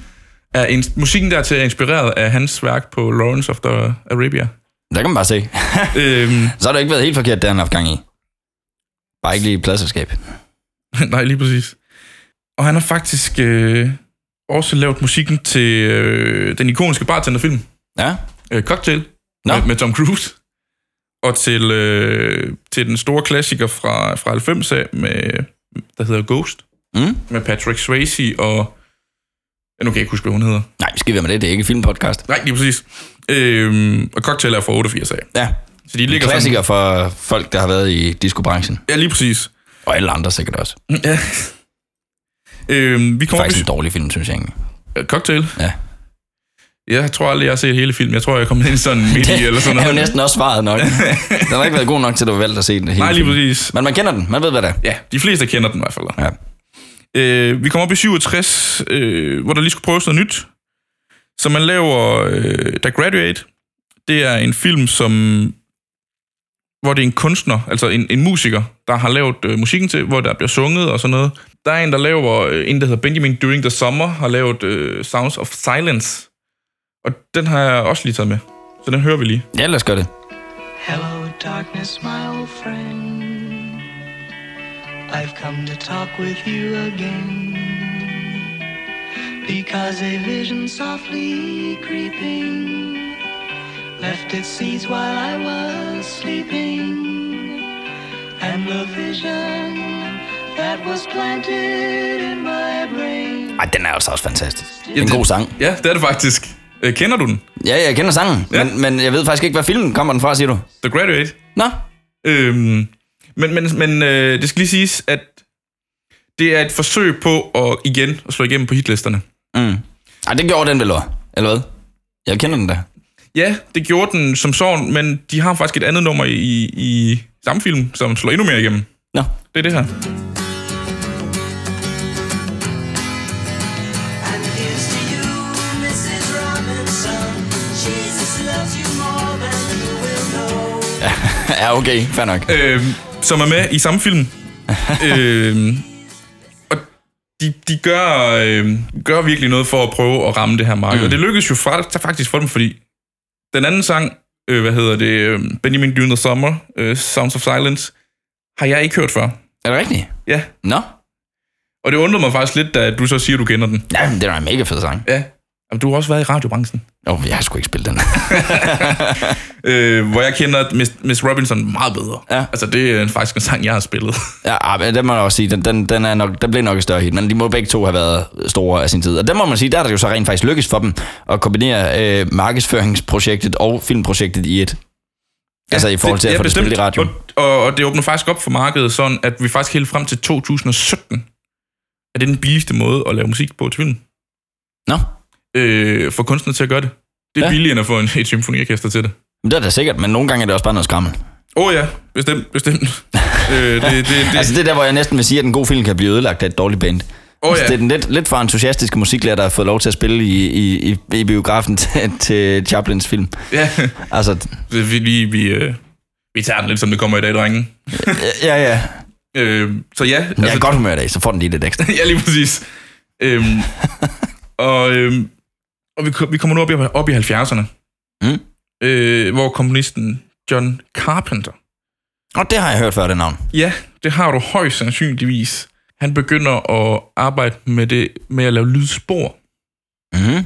Er en, musikken dertil er inspireret af hans værk på Lawrence of the Arabia. Der kan man bare se. øhm, Så har det ikke været helt forkert, det han har haft gang i. Bare ikke lige i pladselskab. nej, lige præcis. Og han har faktisk øh, også lavet musikken til øh, den ikoniske bartenderfilm, Ja, øh, Cocktail, Nå. med, med Tom Cruise. Og til, øh, til den store klassiker fra, fra 90 af, med, der hedder Ghost, Mm. med Patrick Swayze og... Ja, nu kan jeg ikke huske, hvad hun hedder. nej, vi skal være med det. Det er ikke et filmpodcast. Nej, lige præcis. Øhm, og Cocktail er fra 88 af. Ja, Så de det er ligger klassiker for folk, der har været i discobranchen. Sådan, ja, lige præcis. Og alle andre sikkert også. Det Ja. Øhm, vi er kommer faktisk en dårlig film, synes jeg egentlig. Øh, Cocktail? Ja. Jeg tror aldrig, jeg har set hele filmen. Jeg tror, jeg er kommet ind i sådan midt i eller sådan Det er noget. jo næsten også svaret nok. Den har ikke været god nok til, at du har valgt at se den hele Nej, lige film. præcis. Men man kender den. Man ved, hvad det er. Ja, de fleste kender den i hvert fald. Ja. Øh, vi kommer op i 67, øh, hvor der lige skulle prøves noget nyt. Så man laver øh, The Graduate. Det er en film, som hvor det er en kunstner, altså en, en musiker, der har lavet øh, musikken til, hvor der bliver sunget og sådan noget. Der er en, der laver, øh, en der hedder Benjamin During the Summer, har lavet øh, Sounds of Silence. Og den har jeg også lige taget med. Så den hører vi lige. Ja, lad os gøre det. Hello, darkness, my old friend. I've come to talk with you again. Because a vision softly creeping left its seeds while I was sleeping. And the vision that was planted in my brain. Ej, den er altså også fantastisk. Det er en god sang. Ja, det er det faktisk. Øh, kender du den? Ja, jeg kender sangen, Ja. ja. men, men jeg ved faktisk ikke, hvad filmen kommer den fra, siger du. The Graduate? Nå, Øhm, men men, men øh, det skal lige siges, at det er et forsøg på at igen at slå igennem på hitlisterne. Mm. Ej, det gjorde den vel også, eller hvad? Jeg kender den da. Ja, det gjorde den som sådan, men de har faktisk et andet nummer i, i samme film, som slår endnu mere igennem. Nå, Det er det her. And here's to you, Mrs. Robinson. Jesus loves you more than you will know. ja, okay, fair nok. Øhm, som er med i samme film. øhm, og de, de gør, øh, gør virkelig noget for at prøve at ramme det her marked. Mm. Og det lykkedes jo fra, faktisk for dem, fordi den anden sang, øh, hvad hedder det, øh, Benjamin Dune the Summer, øh, Sounds of Silence, har jeg ikke hørt før. Er det rigtigt? Ja, Nå, og det undrer mig faktisk lidt, da du så siger, at du kender den. Nej, men det er en mega fed sang. Ja, Jamen, du har også været i radiobranchen. Åh, oh, jeg har sgu ikke spillet den. Øh, hvor jeg kender Miss, Miss Robinson meget bedre. Ja. Altså, det er faktisk en sang, jeg har spillet. ja, ah, men det må jeg også sige, den, den, den, er nok, den blev nok et større hit, men de må begge to have været store af sin tid. Og der må man sige, der er det jo så rent faktisk lykkes for dem at kombinere øh, markedsføringsprojektet og filmprojektet i et. Ja, altså i forhold til at er få det spillet i radioen. Og, og, og det åbner faktisk op for markedet sådan, at vi faktisk helt frem til 2017, er det den billigste måde at lave musik på til film. Nå, Øh, for kunstnere til at gøre det. Det er Ja. ja. billigere end at få en, et symfoniorkester til det. men det er da sikkert, men nogle gange er det også bare noget skrammel. Åh oh, ja, bestemt, bestemt. øh, det, det, det, Altså det er der, hvor jeg næsten vil sige, at en god film kan blive ødelagt af et dårligt band. Åh, Altså, ja. Det er den lidt, lidt for entusiastiske musiklærer, der har fået lov til at spille i, i, i, i biografen til, til Chaplins film. ja, Altså, det, vi, vi, vi, øh, vi tager den lidt, som det kommer i dag, drenge. ja, ja. Øh, så ja, altså, Jeg er i godt humør i dag, så får den lige lidt ekstra. ja, lige præcis. Øhm, og øhm, og vi, kom- vi kommer nu op i, op i 70'erne, Mm. øh, hvor komponisten John Carpenter, Og det har jeg hørt før, det navn. ja, det har du højst sandsynligvis, han begynder at arbejde med det med at lave lydspor. Mm.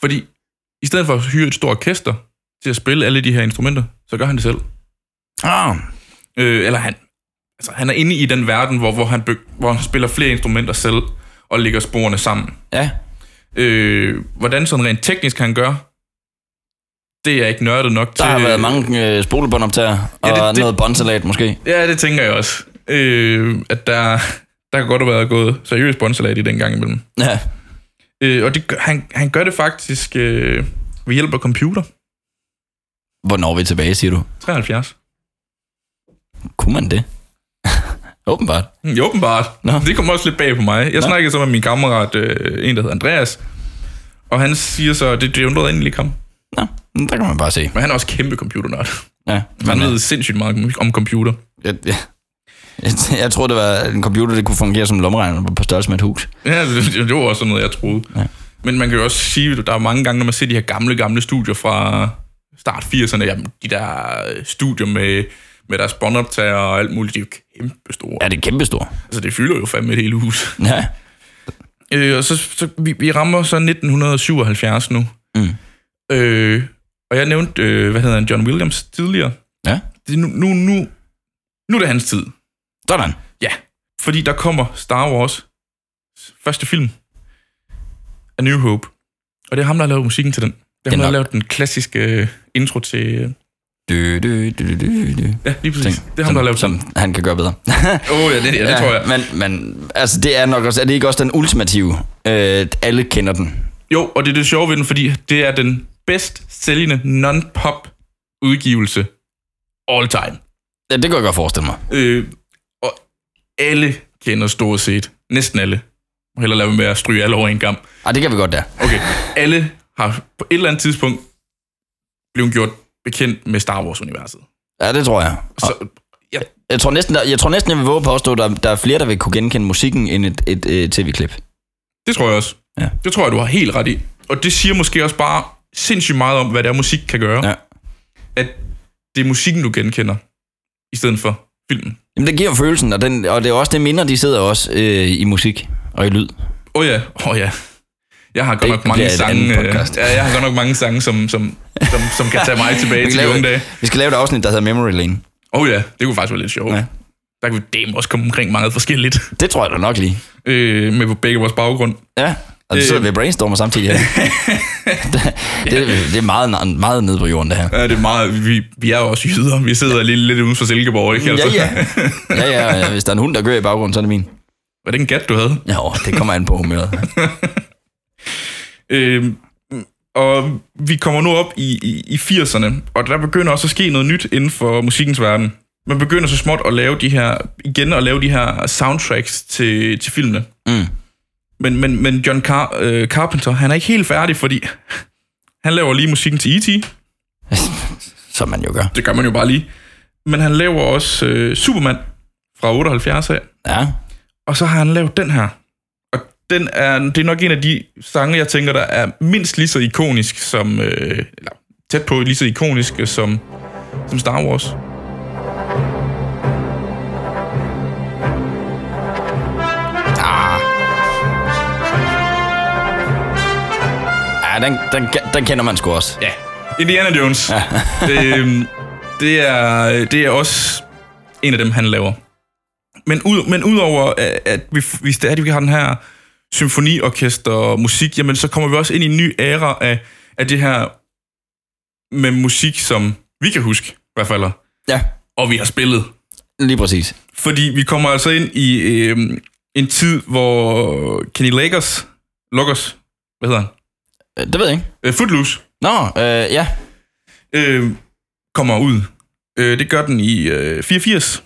Fordi i stedet for at hyre et stort orkester til at spille alle de her instrumenter, så gør han det selv. Oh. Øh, eller han, altså, han er inde i den verden, hvor, hvor, han byg, hvor han spiller flere instrumenter selv og lægger sporene sammen. Ja. Øh, hvordan sådan rent teknisk han gør, det er jeg ikke nørdet nok til. Der har været mange øh, spolebåndoptager, og ja, det- det, det... det- noget båndsalat måske. Ja, det tænker jeg også. Øh, at der, der kan godt have været gået seriøst båndsalat i den gang imellem. Ja. Øh, og det, gør- han, han gør det faktisk øh, ved hjælp af computer. Hvornår er vi tilbage, siger du? 73. Kunne man det? Åbenbart. Mm, Jo, åbenbart. Nå. Det kom også lidt bag på mig. Jeg snakkede så med min kammerat, øh, en der hedder Andreas, og han siger så, det, det undrede egentlig ikke ham. Nå, men der kan man bare se. Men han er også kæmpe computernørd. Ja. Han Men, øh, ved sindssygt meget om computer. jeg, jeg, jeg, jeg tror, det var en computer, det kunne fungere som en lommeregner på størrelse med et hus. Ja, det, det var også sådan noget, jeg troede. Ja. Ja. Men man kan jo også sige, at der er mange gange, når man ser de her gamle, gamle studier fra start 80'erne, jamen, de der øh, studier med, med deres båndoptager og alt muligt, de er jo kæmpe store. Ja, det er kæmpestor. Altså, det fylder jo fandme et hele hus. Ja. Øh, og så, så vi, vi rammer så 1977 nu. Mm. Øh, og jeg nævnte, øh, hvad hedder han, John Williams tidligere. Ja. Det er nu, nu, nu, nu er det hans tid. Sådan. Ja, fordi der kommer Star Wars første film af New Hope. Og det er ham, der har lavet musikken til den. Det er Den ham, der har nok- lavet den klassiske øh, intro til... øh, Du, du, du, du, du. Ja, lige præcis. Ting, det er ham, der har som, lavet den. som han kan gøre bedre. Åh oh, ja, det, ja, det tror jeg. Men, men altså, det er nok også, er det ikke også den ultimative? Øh, alle kender den. Jo, og det er det sjove ved den, fordi det er den bedst sælgende non-pop udgivelse all time. Ja, det kunne jeg godt forestille mig. Øh, og alle kender stort set. Næsten alle. Jeg må hellere lade være med at stryge alle over en kamp. Ah, det kan vi godt der. Okay, alle har på et eller andet tidspunkt blevet gjort bekendt med Star Wars-universet. Ja, det tror jeg. Og Så, ja, Jeg tror næsten, der, jeg, tror næsten jeg vil våge på at påstå, at der, der er flere, der vil kunne genkende musikken end et, et, et tv-klip. det tror jeg også. Ja. Det tror jeg, du har helt ret i. Og det siger måske også bare sindssygt meget om, hvad det er, musik kan gøre. Ja. At det er musikken, du genkender, i stedet for filmen. Jamen, det giver følelsen, og, den, og det er også det minder, de sidder også øh, i musik og i lyd. Åh oh ja, åh oh ja. Jeg har godt Det nok mange bliver et andet sange, øh, podcast. ja, jeg har godt nok mange sange, som, som, som, som kan tage mig tilbage Vi til kan, de unge lave, dage. vi skal lave et afsnit, der hedder Memory Lane. Åh oh ja, det kunne faktisk være lidt sjovt. Ja. Ja. Der kunne vi dem også komme omkring meget forskelligt, Det tror jeg da nok lige. øh, med begge vores baggrund. Ja, og så Det- sidder vi og brainstormer samtidig her. det, det, det er meget, meget nede på jorden, det her. Ja, det er meget, vi, vi er jo også jyder. Vi sidder lige lidt uden for Silkeborg, ikke? Altså, Ja, ja. Ja, ja, ja, hvis der er en hund, der gør i baggrunden, så er det min. Var det en gat, du havde? Jo, det kommer an på humøret. Øh, og vi kommer nu op i, i, i 80'erne, og der begynder også at ske noget nyt inden for musikkens verden. Man begynder så småt at lave de her, igen at lave de her soundtracks til, til filmene. Mm. Men, men, men John Car- øh, Carpenter, han er ikke helt færdig, fordi han laver lige musikken til E.T. Som man jo gør. Det gør man jo bare lige. Men han laver også øh, Superman fra 78 af. Ja. Og så har han lavet den her, den er, det er nok en af de sange, jeg tænker, der er mindst lige så ikonisk som... Øh, eller tæt på lige så ikonisk øh, som, som Star Wars. Ja, den, den, den kender man sgu også. Ja. Indiana Jones. Ja. øhm, det, er, det er også en af dem, han laver. Men, ud, men udover, at- at vi, hvis det er, at vi har den her symfoniorkester og musik, jamen så kommer vi også ind i en ny æra af, af det her med musik, som vi kan huske, i hvert fald, Ja, og vi har spillet. lige præcis. Fordi vi kommer altså ind i øh, en tid, hvor Kenny Lakers, Luggers, hvad hedder han? Øh, Det ved jeg ikke. Øh, Footloose. Nå, øh, ja. øh, kommer ud. Øh, det gør den i øh, 84.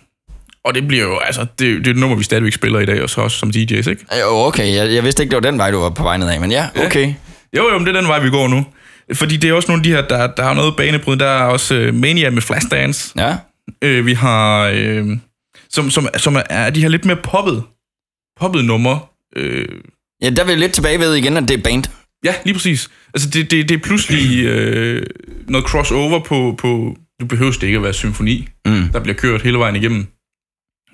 Og det bliver jo, altså, det, det er et nummer, vi stadigvæk spiller i dag, og så også som DJ's, ikke? Jo, Øh, okay. Jeg, jeg vidste ikke, det var den vej, du var på vej ned af, men ja, okay. Jo, jo, men det er den vej, vi går nu. Fordi det er også nogle af de her, der, der er noget banebryd. Der er også øh, Mania med Flashdance. Ja. Øh, vi har, øh, som, som, som er de her lidt mere poppet, poppet numre. Øh, Ja, der er vi lidt tilbage ved igen, at det er band. ja, lige præcis. Altså, det, det, det er pludselig øh, noget crossover på, på... Nu behøver det ikke at være symfoni, Mm. der bliver kørt hele vejen igennem.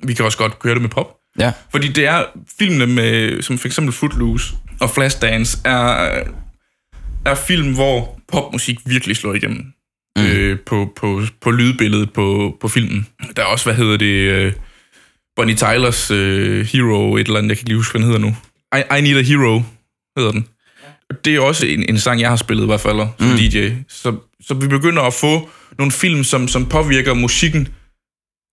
Vi kan også godt køre det med pop. Ja. Fordi det er filmene med, som for eksempel Footloose og Flashdance, er, er film, hvor popmusik virkelig slår igennem mm. øh, på, på, på lydbilledet på, på filmen. Der er også, hvad hedder det, øh, Bonnie Tylers øh, Hero, et eller andet, jeg kan ikke lige huske, hvad den hedder nu. I, I Need a Hero hedder den. Det er også en, en sang, jeg har spillet i hvert fald som mm. DJ. Så, så vi begynder at få nogle film, som, som påvirker musikken,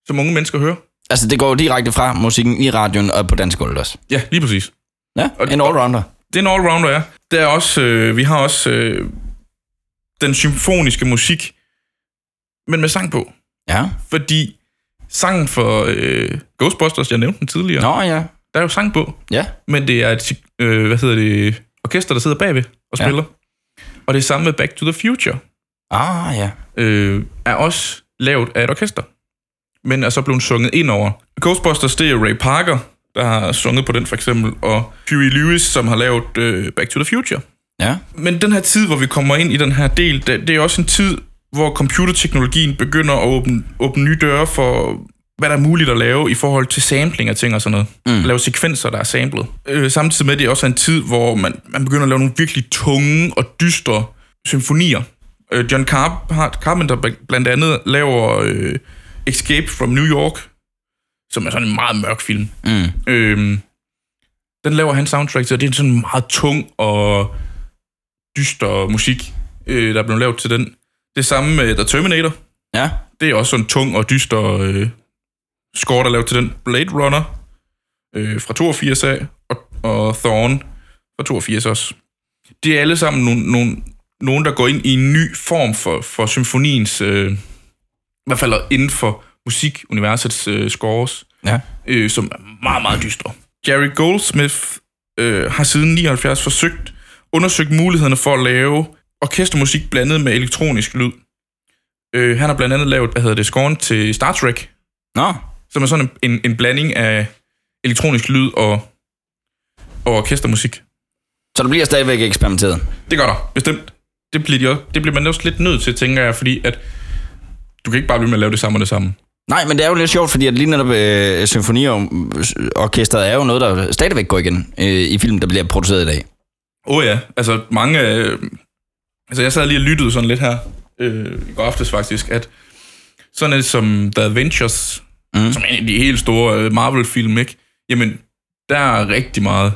som unge mennesker hører. Altså, det går jo direkte fra musikken i radioen og på dansk gulv også. Ja, lige præcis. Ja, Og- en allrounder. det er en allrounder, ja. Der er også, øh, vi har også øh, den symfoniske musik, men med sang på. Ja. Fordi sangen for øh, Ghostbusters, jeg nævnte den tidligere, Nå, ja. der er jo sang på, Ja. men det er et, øh, hvad hedder det, orkester, der sidder bagved og Ja. spiller. Og det samme med Back to the Future, Ah, ja. øh, er også lavet af et orkester, men er så blevet sunget ind over. Ghostbusters, det er Ray Parker, der har sunget på den for eksempel, og Huey Lewis, som har lavet øh, Back to the Future. Ja. Men den her tid, hvor vi kommer ind i den her del, det, det er også en tid, hvor computerteknologien begynder at åbne, åbne nye døre for, hvad der er muligt at lave i forhold til sampling af ting og sådan noget. Mm. Lave sekvenser, der er samlet. Øh, samtidig med, det er også en tid, hvor man, man begynder at lave nogle virkelig tunge og dystre symfonier. Øh, John Carp- har- Carpenter bl- blandt andet laver øh, Escape from New York, som er sådan en meget mørk film. Mm. Øhm, den laver han soundtrack til, og det er sådan meget tung og dyster musik, øh, der er blevet lavet til den. Det samme med The Terminator. Ja. Det er også sådan tung og dyster øh, score, der er lavet til den. Blade Runner øh, fra 82 af, og, og Thorn fra 82 også. Det er alle sammen nogle, nogle, nogen, der går ind i en ny form for, for symfoniens, øh, i hvert fald inden for musikuniversets øh, scores Ja. øh, som er meget, meget dystre. Jerry Goldsmith øh, har siden 79 forsøgt, undersøgt mulighederne for at lave orkestermusik blandet med elektronisk lyd. Øh, han har blandt andet lavet, hvad hedder det, scoren til Star Trek, Nå. som er sådan en, en, en blanding af elektronisk lyd og, og orkestermusik. Så der bliver stadigvæk eksperimenteret. Det gør der, bestemt. Det bliver, de også, det bliver man også lidt nødt til, tænker jeg, fordi at du kan ikke bare blive med at lave det samme og det samme. Nej, men det er jo lidt sjovt, fordi at lige netop øh, symfoniorkestret er jo noget, der stadigvæk går igen øh, i film, der bliver produceret i dag. Åh oh ja, altså mange... Øh, altså jeg sad lige og lyttede sådan lidt her øh, i går aftes faktisk, at sådan noget som The Avengers, mm. som er en af de helt store øh, Marvel-film, ikke? Jamen, der er rigtig meget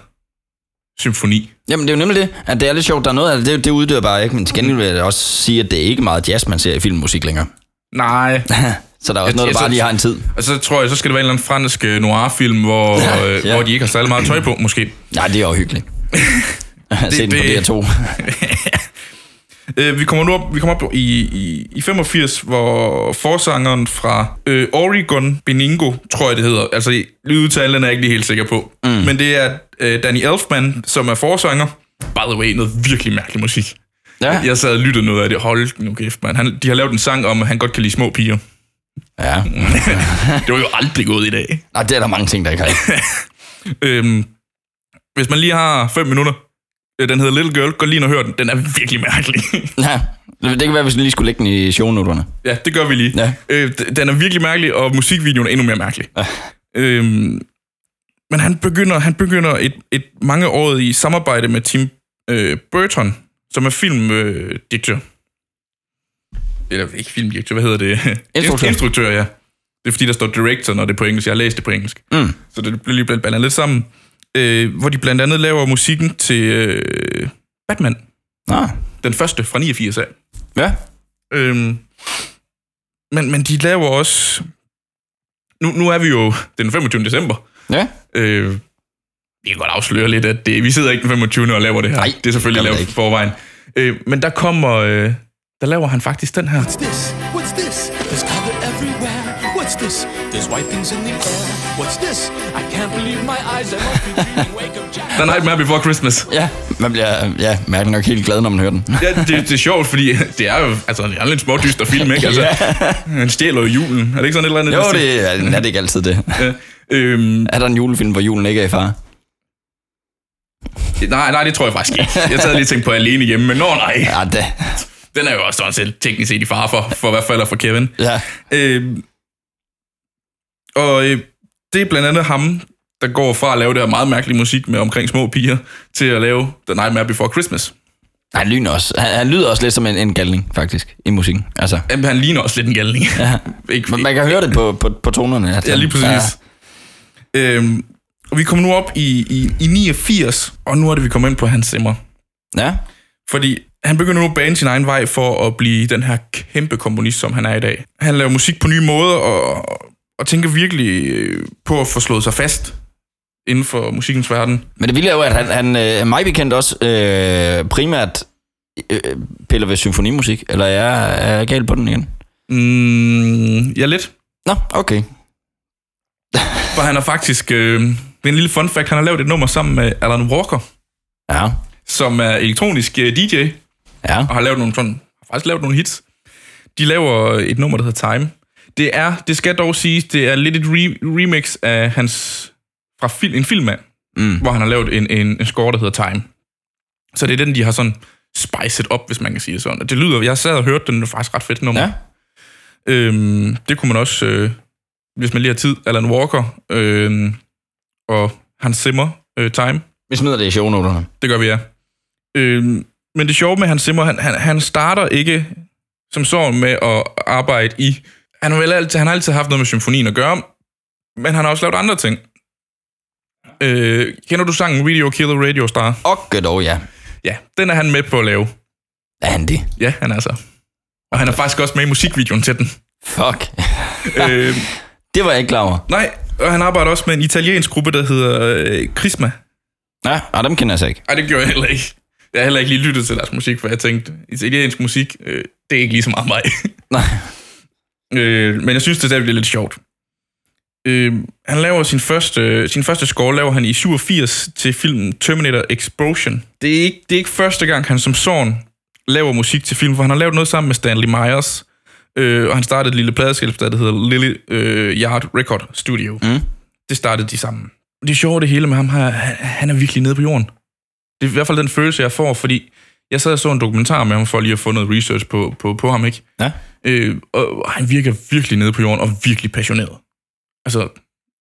symfoni. Jamen, det er jo nemlig det, at det er lidt sjovt. Der er noget af det, det, det uddør bare ikke, men til gengæld vil jeg også sige, at det er ikke meget jazz, man ser i filmmusik længere. Nej. Så der er også Jeg- noget, jeg der bare synes- lige har en tid. Og Altså, så tror jeg, så skal det være en eller anden fransk øh, noir-film, hvor, Ja, øh, ja. ja. hvor de ikke har særlig meget tøj på, måske. Nej, det er jo hyggeligt. Se den på det- DR2. Øh, vi kommer nu op, vi kommer op i, i, i 85, hvor forsangeren fra øh, Oregon Beningo, tror jeg det hedder. Altså, lydtalen er jeg ikke lige helt sikker på. Mm. Men det er øh, Danny Elfman, som er forsanger. By the way, noget virkelig mærkelig musik. Ja. Jeg sad og lyttede noget af det. Hold nu kæft, man. Han, de har lavet en sang om, at han godt kan lide små piger. ja. det var jo aldrig gået i dag. Nej, det er der mange ting, der ikke har. Øhm, Hvis man lige har 5 minutter, øh, den hedder Little Girl, gå lige ind og hør den. Den er virkelig mærkelig. Ja, det kan være, hvis vi lige skulle lægge den i shownoterne. ja, det gør vi lige. Ja. Øh, d- den er virkelig mærkelig, og musikvideoen er endnu mere mærkelig. Ja. Øhm, men han begynder, han begynder et, et mangeårigt i samarbejde med Tim øh, Burton, som er filmdirektør. Øh, direktør. Eller ikke filmdirektør, hvad hedder det? Instruktør. Instruktør, ja. Det er fordi, der står director, når det er på engelsk. Jeg har læst det på engelsk. Mm. Så det blev lige blandt blandet lidt sammen. Øh, hvor de blandt andet laver musikken til øh, Batman. Nå, Den første fra 89 af. ja. Øhm, men, men de laver også... Nu, nu er vi jo den 25. december. Ja, Øh, vi kan godt afsløre lidt, at det, vi sidder ikke den 25. og laver det her. Nej, det er selvfølgelig det gør vi lavet ikke. forvejen. Øh, men der kommer... Øh, der laver han faktisk den her. What's this? What's this? There's color everywhere. What's this? There's white things in the air. What's this? I can't believe my eyes. I must be dreaming. Wake up, Jack. The Nightmare Before Christmas. ja. Man bliver ja, mærkeligt nok helt glad, når man hører den. Ja, det, det er sjovt, fordi det er jo altså, det er en lidt smådyster film, ikke? Altså, Han stjæler jo julen. Er det ikke sådan et eller andet? Jo, der det er, er det ikke altid det. Ja. Øhm, Er der en julefilm, hvor julen ikke er i far? nej, nej, det tror jeg faktisk ikke. Jeg sad lige og tænkte på alene hjemme, men nå nej. Ja, det. Den er jo også sådan set teknisk set i fare for, for i hvert fald for Kevin. Ja. Øhm, og øh, det er blandt andet ham, der går fra at lave det her meget mærkelige musik med omkring små piger, til at lave The Nightmare Before Christmas. Han, lyner også. Han, han lyder også lidt som en, en galning, faktisk, i musikken. Altså, Jamen, han ligner også lidt en galning. Ja. Ikke, man, man kan høre det på, på, på tonerne. at Ja, han- lige præcis. Ja. Øhm, og vi kommer nu op i, i, i 89, og nu er det, vi kommer ind på Hans Zimmer. Ja, Fordi han begynder nu at bane sin egen vej for at blive den her kæmpe komponist, som han er i dag. Han laver musik på nye måder, og, og tænker virkelig øh, på at få slået sig fast inden for musikkens verden. Men det vilde er jo, at han, han øh, mig bekendt også øh, primært øh, piller ved symfonimusik, eller jeg er gal på den igen. Mm, ja, lidt. Nå, okay. For han er faktisk... Øh, det er en lille fun fact, han har lavet et nummer sammen med Alan Walker, Ja, som er elektronisk øh, DJ, ja. og har lavet nogle sådan, har faktisk lavet nogle hits. De laver et nummer, der hedder Time. Det er, det skal dog siges, det er lidt et re- remix af hans, fra fil, en film af, mm. hvor han har lavet en, en, en score, der hedder Time. Så det er den, de har sådan spiced op, hvis man kan sige det sådan. Og det lyder, jeg sad og hørte den, det er faktisk ret fedt nummer. Ja. Øhm, det kunne man også, øh, hvis man lige har tid, Alan Walker øh, og Hans Zimmer, øh, Time. Vi smider det i shownoterne. Det gør vi, ja. Øhm, men det sjove med Hans Zimmer, han, han, han starter ikke som så med at arbejde i... Han har, vel altid, han har altid haft noget med symfonien at gøre, men han har også lavet andre ting. Øh, kender du sangen Radio Killer Radio Star? Okay dog, ja. Ja, den er han med på at lave. Er han det? Ja, han er så. Og han er faktisk også med i musikvideoen til den. Fuck. øh, det var jeg ikke klar over. nej, og han arbejder også med en italiensk gruppe, der hedder øh, Krisma. Ja, og ah, dem kender jeg så ikke. Nej, det gjorde jeg heller ikke. Jeg har heller ikke lige lyttet til deres musik, for jeg tænkte, italiensk musik, øh, det er ikke lige så meget mig. Nej. Øh, men jeg synes, det der bliver lidt sjovt. Øh, han laver sin første, øh, sin første score laver han i 87 til filmen Terminator Explosion. Det er ikke, det er ikke første gang, han som sådan laver musik til film, for han har lavet noget sammen med Stanley Myers, øh, og han startede et lille pladeskab, der hedder Lily øh, Yard Record Studio. Mm. Det startede de sammen. Det er sjovt det hele med ham her, han, han er virkelig nede på jorden. Det er i hvert fald den følelse, jeg får, fordi jeg sad og så en dokumentar med ham, for lige at få noget research på, på, på ham, ikke? Ja. Øh, og han virker virkelig nede på jorden, og virkelig passioneret. Altså,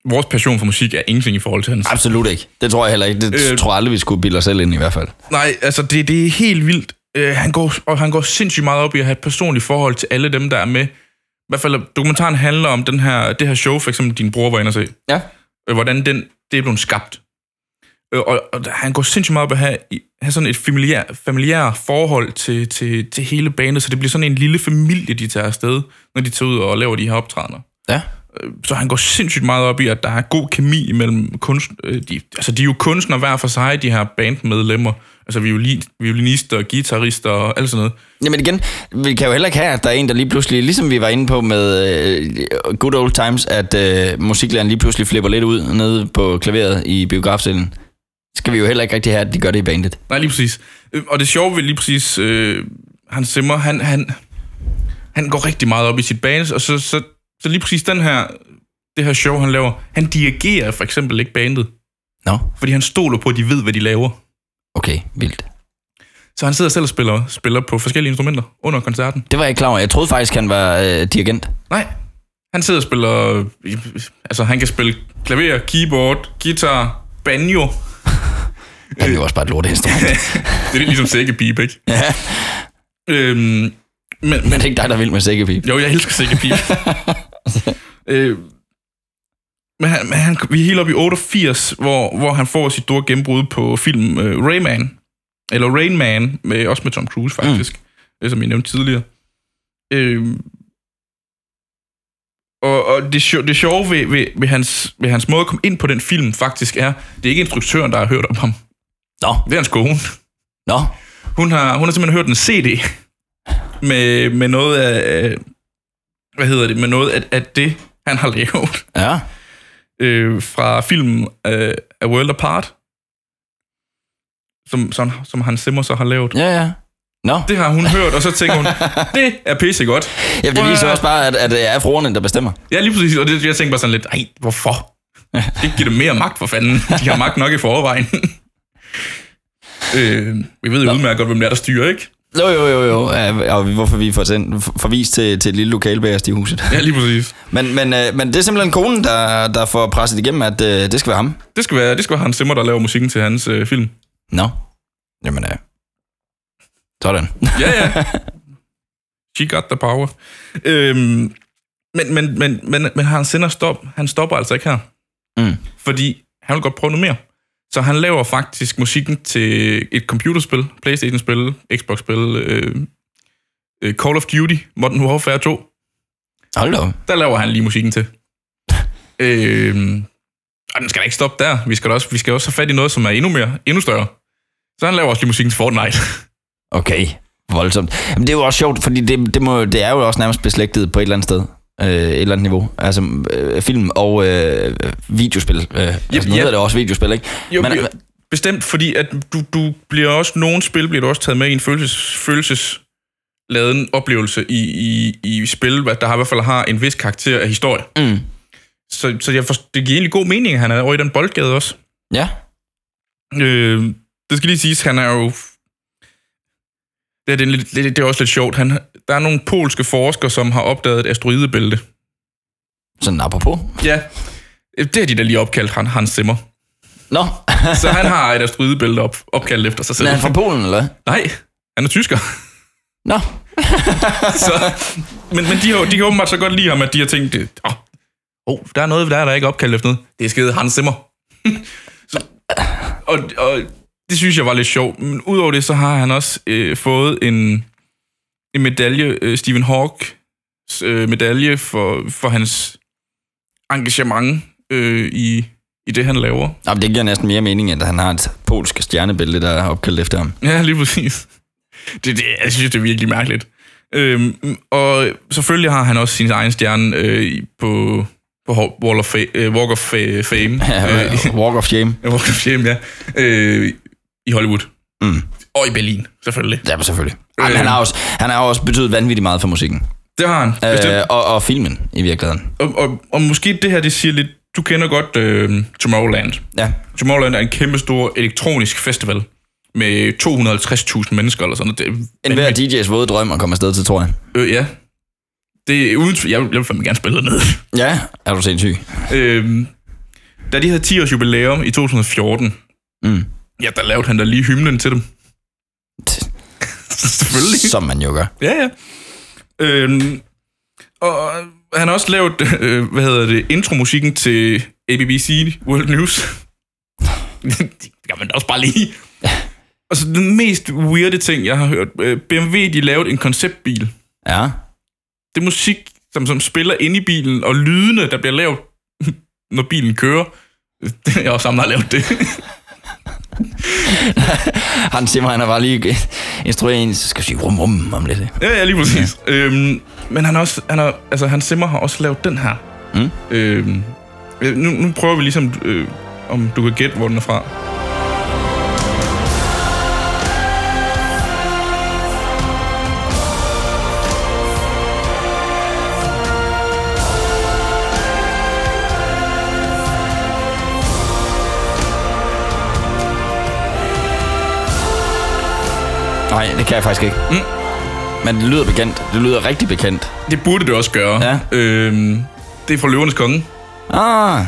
vores passion for musik er ingenting i forhold til hans. Absolut ikke. Det tror jeg heller ikke. Det Øh. øh. tror jeg aldrig, vi skulle bilde os selv ind i hvert fald. Nej, altså, det, det er helt vildt. Øh, han, går, og han går sindssygt meget op i at have et personligt forhold til alle dem, der er med. I hvert fald, dokumentaren handler om den her, det her show, for eksempel din bror var inde og se. Ja. øh, hvordan den, det er blevet skabt. Øh, og, og han går sindssygt meget op at have, i- have sådan et familiær, familiær forhold til, til, til hele bandet, så det bliver sådan en lille familie, de tager afsted, når de tager ud og laver de her optrædener. Ja. Øh, Så han går sindssygt meget op i, at der er god kemi mellem kunst... øh, De, altså, de er jo kunstnere hver for sig, de her bandmedlemmer. Altså, violin, violinister, guitarister og alt sådan noget. Jamen igen, vi kan jo heller ikke have, at der er en, der lige pludselig, ligesom vi var inde på med øh, Good Old Times, at øh, musiklæreren lige pludselig flipper lidt ud nede på klaveret i biografscenen. Skal vi jo heller ikke rigtig have, at de gør det i bandet. Nej, lige præcis. Øh, Og det sjove ved lige præcis, øh, Hans Zimmer, han, han, han går rigtig meget op i sit band, og så, så, så lige præcis den her, det her show, han laver, han dirigerer for eksempel ikke bandet. Nå, Fordi han stoler på, at de ved, hvad de laver. okay, vildt. Så han sidder selv og spiller, spiller på forskellige instrumenter under koncerten. Det var jeg ikke klar over. Jeg troede faktisk, han var øh, dirigent. Nej, han sidder og spiller... øh, Altså, han kan spille klaver, keyboard, guitar, banjo. Han er jo også bare et lorteinstrument. Det er lidt ligesom sækkepip, ikke? Ja. Øhm, men, Men men, det er ikke dig, der er vild med sækkepip. jo, jeg elsker sækkepip. øh, men han, men han, vi er helt oppe i 88, hvor, hvor han får sit store gennembrud på film øh, Rayman. Eller Rain Man, med, også med Tom Cruise faktisk, mm. som jeg nævnte tidligere. Øh, og, og det, sjove, det sjove ved, ved, ved, hans, ved hans måde at komme ind på den film faktisk er, det er ikke instruktøren, der har hørt om ham. Nå, Det er hans kone. nå. Hun har, hun har simpelthen hørt en CD med, med noget af, hvad hedder det, med noget af, af det, han har lavet Ja, øh, fra filmen øh, A World Apart, som, som, som Hans Zimmer så har lavet. ja, ja. Nå, Det har hun hørt, og så tænker hun, det er pissegodt. Jamen, det viser også bare, at, at det er fruerne, der bestemmer. Ja, lige præcis, og det, jeg tænker bare sådan lidt, ej, hvorfor? Det giver dem mere magt for fanden. De har magt nok i forvejen. øh, vi ved jo udmærket godt, hvem det er, der styrer, ikke? Jo, jo, jo, jo. Ja, Og hvorfor vi får sendt, forvist til, til et lille lokalbærest i huset. Ja, lige præcis. Men, men, øh, men det er simpelthen konen, der, der får presset igennem, at øh, det skal være ham. Det skal være, det skal være Hans Zimmer, der laver musikken til hans øh, film. Nå. Jamen, øh. Sådan. Ja, ja. She got the power. Øhm, men, men, men, men, men han, sender stop, han stopper altså ikke her. Mm. Fordi han vil godt prøve noget mere. Så han laver faktisk musikken til et computerspil, Playstation-spil, Xbox-spil, øh, øh, Call of Duty, Modern Warfare 2. Hold da op. Der laver han lige musikken til. øhm, og den skal da ikke stoppe der. Vi skal, da også, vi skal også have fat i noget, som er endnu mere, endnu større. Så han laver også lige musikken til Fortnite. Okay. Voldsomt. Jamen, det er jo også sjovt, fordi det, det, må, det er jo også nærmest beslægtet på et eller andet sted. Øh, et eller andet niveau. Altså øh, film og øh, videospil. Øh, altså, nu ja. hedder det også videospil, ikke? Jo, men, men, altså, bestemt, fordi at du, du bliver også, nogle spil bliver du også taget med i en følelses, følelsesladen oplevelse i, i, i spil, hvad der har, i hvert fald har en vis karakter af historie. Mm. Så, så jeg forst- det giver egentlig god mening, at han er over i den boldgade også. ja. Øh, det skal lige siges, han er jo... Det er, det, er lidt, lidt- det er også lidt sjovt. Han, der er nogle polske forskere, som har opdaget et asteroidebælte. Sådan apropos. Ja. Det er de da lige opkaldt, han, Hans Zimmer. Nå. Så han har et asteroidebælte op, opkaldt efter sig selv. er han fra Polen, eller hvad? Nej, han er tysker. Nå. så, men, men de, har, de kan åbenbart så godt lide ham, at de har tænkt, det- åh, oh, der er noget, der er der er ikke opkaldt efter noget. Det er skide Hans Zimmer. så, og, og det synes jeg var lidt sjovt. Men udover det, så har han også øh, fået en, en medalje, øh, Stephen Hawkes øh, medalje for, for hans engagement øh, i, i det, han laver. Nå, men det giver næsten mere mening, at han har et polsk stjernebillede, der er opkaldt efter ham. Ja, lige præcis. Det, det, jeg synes, det er virkelig mærkeligt. Øhm, og selvfølgelig har han også sin egen stjerne øh, i- på, på Hall- Wall of Fa- øh, Walk of Fa- Fame. Ja, Øh, Walk of Shame. Walk of Fame, ja. Øh, I Hollywood. Mm. Og i Berlin, selvfølgelig. Ja, men selvfølgelig. Øh. Ej, men han, har også, han har også betydet vanvittigt meget for musikken. Det har han. bestemt. Øh, og, og filmen, i virkeligheden. Og, og, og måske det her, det siger lidt... Du kender godt øh, Tomorrowland. Ja. Tomorrowland er en kæmpe stor elektronisk festival med 250.000 mennesker eller sådan noget. Det er En hver vanvittigt. DJ's våde drøm at komme afsted til, tror jeg. øh, ja. Det er uden... tv- Jeg vil, jeg vil fandme gerne spille dernede. Ja, er du sindssyg? Øhm, da de havde 10 års jubilæum i 2014, Mm. ja, der lavede han da lige hymnen til dem. T- Selvfølgelig. Som man jo gør. Ja, ja. Øhm, og han har også lavet, øh, hvad hedder det, intromusikken til ABC World News. det kan man da også bare lige. Og så den mest weirde ting, jeg har hørt. øh, BMW, de lavede en konceptbil. Ja. Det er musik, som, som spiller inde i bilen, og lydene, der bliver lavet, når bilen kører. Det er også sammen, der har lavet det. Han Simmer, han har bare lige instrueret en, så skal vi sige rum rum om lidt. Ja, ja, lige præcis. Ja. Øhm, men han har også, han har, altså Hans Zimmer har også lavet den her. Mm. Øhm, øh, nu, nu prøver vi ligesom, øh, om du kan gætte, hvor den er fra. Nej, det kan jeg faktisk ikke. Mm. Men det lyder bekendt. Det lyder rigtig bekendt. Det burde det også gøre. Ja. Øhm, det er fra Løvernes Konge. Ah,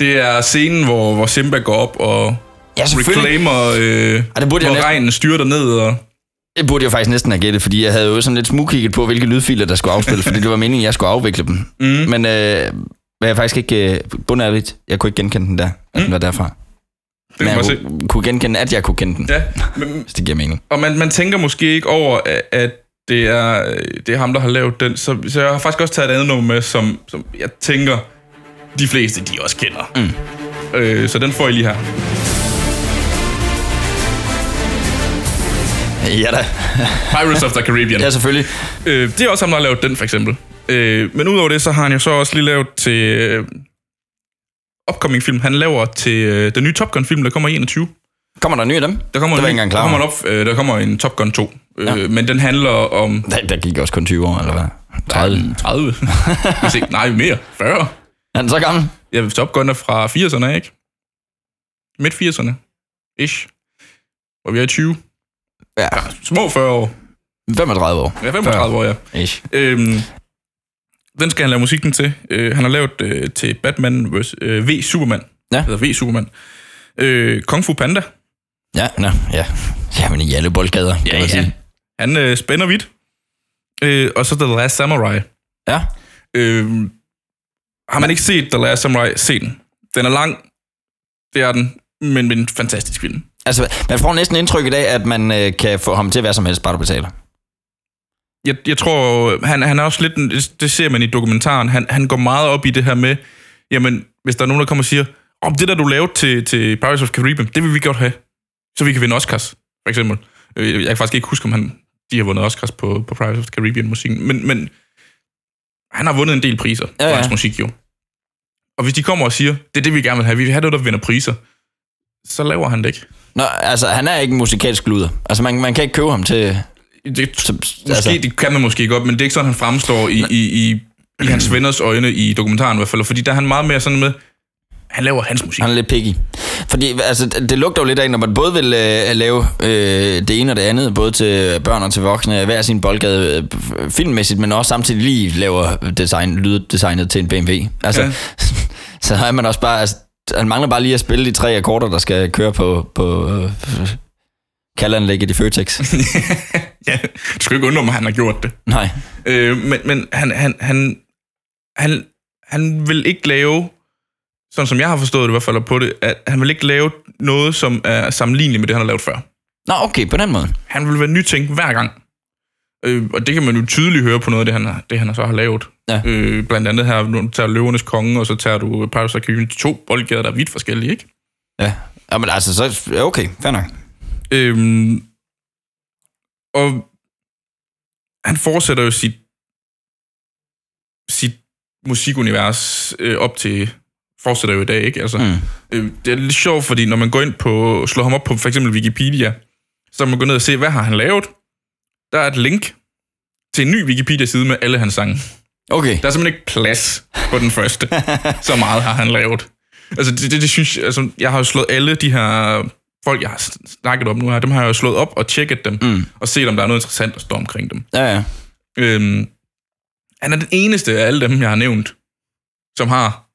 Det er scenen, hvor, hvor Simba går op og ja, selvfølgelig. reclaimer, øh, Ej, det burde jeg hvor næsten- regnen styrter ned. Og, Det burde jeg faktisk næsten have gættet, fordi jeg havde jo sådan lidt smugkigget på, hvilke lydfiler, der skulle afspilles, fordi det var meningen, at jeg skulle afvikle dem. Mm. Men øh, hvad jeg faktisk ikke... Øh, bundærligt, jeg kunne ikke genkende den der, at den var derfra. Mm. det Men jeg kan man se. kunne, kunne genkende, at jeg kunne kende den, ja. Ja, men, hvis det giver mening. og man, man tænker måske ikke over, at- at det er, øh, det er ham, der har lavet den. Så, så jeg har faktisk også taget et andet nummer med, som, som jeg tænker, de fleste de også kender. Mm. Øh, så den får I lige her. Ja da. Pirates of the Caribbean. Ja, selvfølgelig. Øh, det er også ham, der har lavet den, for eksempel. Øh, men udover det, så har han jo så også lige lavet til... Øh, upcoming film. Han laver til øh, den nye Top Gun-film, der kommer i 21. Kommer der nye af dem? Der kommer, det var jeg ikke en, ny- engang der, klar. kommer over. en op, øh, der kommer en Top Gun 2. Øh, Ja. Men den handler om... Der, der gik også kun 20 år, eller hvad? 30. 30. Hvis ikke, nej, mere. 40. Er den så gammel? Ja, Top Gun er fra 80'erne, ikke? Midt 80'erne. Ish. Og vi er i 20. Ja. Små 40 år. 35 år. Ja, 35 år, ja. Ish. Øhm, den skal han lave musikken til. Øh, han har lavet øh, til Batman vs. Øh, V Superman. Ja. Det hedder V Superman. Øh, Kung Fu Panda. Ja, nå, ja. Jamen i alle boldgader, kan man sige. Han øh, spænder vidt. Øh, og så The Last Samurai. Ja. Øh, har man ikke set The Last Samurai, se den. Den er lang. Det er den. Men, men en fantastisk film. Altså, man får næsten indtryk i dag, at man øh, kan få ham til at være som helst, bare du betaler. jeg, jeg tror, øh, han, han er også lidt, en- det- det ser man i dokumentaren, han, han går meget op i det her med, jamen, hvis der er nogen, der kommer og siger, om oh, det der, du lavede til, til Pirates of Caribbean, det vil vi godt have, så vi kan vinde Oscars, for eksempel. Øh, Jeg kan faktisk ikke huske, om han, de har vundet Oscars på, på Pirates of Caribbean-musikken, men, men han har vundet en del priser Ja, ja, ja. ja. for hans musik, jo. Og hvis de kommer og siger, det er det, vi gerne vil have, vi vil have noget, der vinder priser, så laver han det ikke. Nå, altså, han er ikke en musikalsk luder. Altså, man, man kan ikke købe ham til... Det, Som- måske, altså- altså. det kan man måske godt, men det er ikke sådan, han fremstår i, i, i, i hans venners øjne i dokumentaren i hvert fald, fordi der er han meget mere sådan med, han laver hans musik. Han Han, er lidt picky. Fordi altså, det det lugter jo lidt af, når man både vil øh, lave øh, det ene og det andet, både til børn og til voksne, hver sin boldgade øh, f- filmmæssigt, men også samtidig lige laver design, lyddesignet til en BMW. Altså, ja. Ja. så er man også bare... Altså, han mangler bare lige at spille de tre akkorder, der skal køre på, på øh, kalderanlægget i Føtex. ja, du skal ikke undre mig, han har gjort det. Nej. Øh, men men han, han, han, han, han vil ikke lave, sådan som jeg har forstået det i hvert fald og på det, at han vil ikke lave noget, som er sammenligneligt med det, han har lavet før. Nå, okay, på den måde. Han vil være nytænkt hver gang. Øh, og det kan man jo tydeligt høre på noget af det, han, har, det, han så har lavet. Ja. Øh, blandt andet her, nu tager Løvernes Konge, og så tager du Pirates of the Caribbean. To boldgader, der er vidt forskellige, ikke? Ja. Jamen altså, så ja, okay, fair nok. Øhm, og han fortsætter jo sit, sit musikunivers øh, op til fortsætter jo i dag, ikke? Altså, mm. øh, det er lidt sjovt, fordi når man går ind på, slår ham op på for eksempel Wikipedia, så kan man gå ned og se, hvad har han lavet? Der er et link til en ny Wikipedia-side med alle hans sange. Okay. Der er simpelthen ikke plads på den første. så meget har han lavet. Altså, det, det, det synes jeg, altså, jeg har jo slået alle de her folk, jeg har sn- snakket om nu her, dem har jeg jo slået op og tjekket dem, mm. og set, om der er noget interessant at stå omkring dem. Ja, ja. Øhm, han er den eneste af alle dem, jeg har nævnt, som har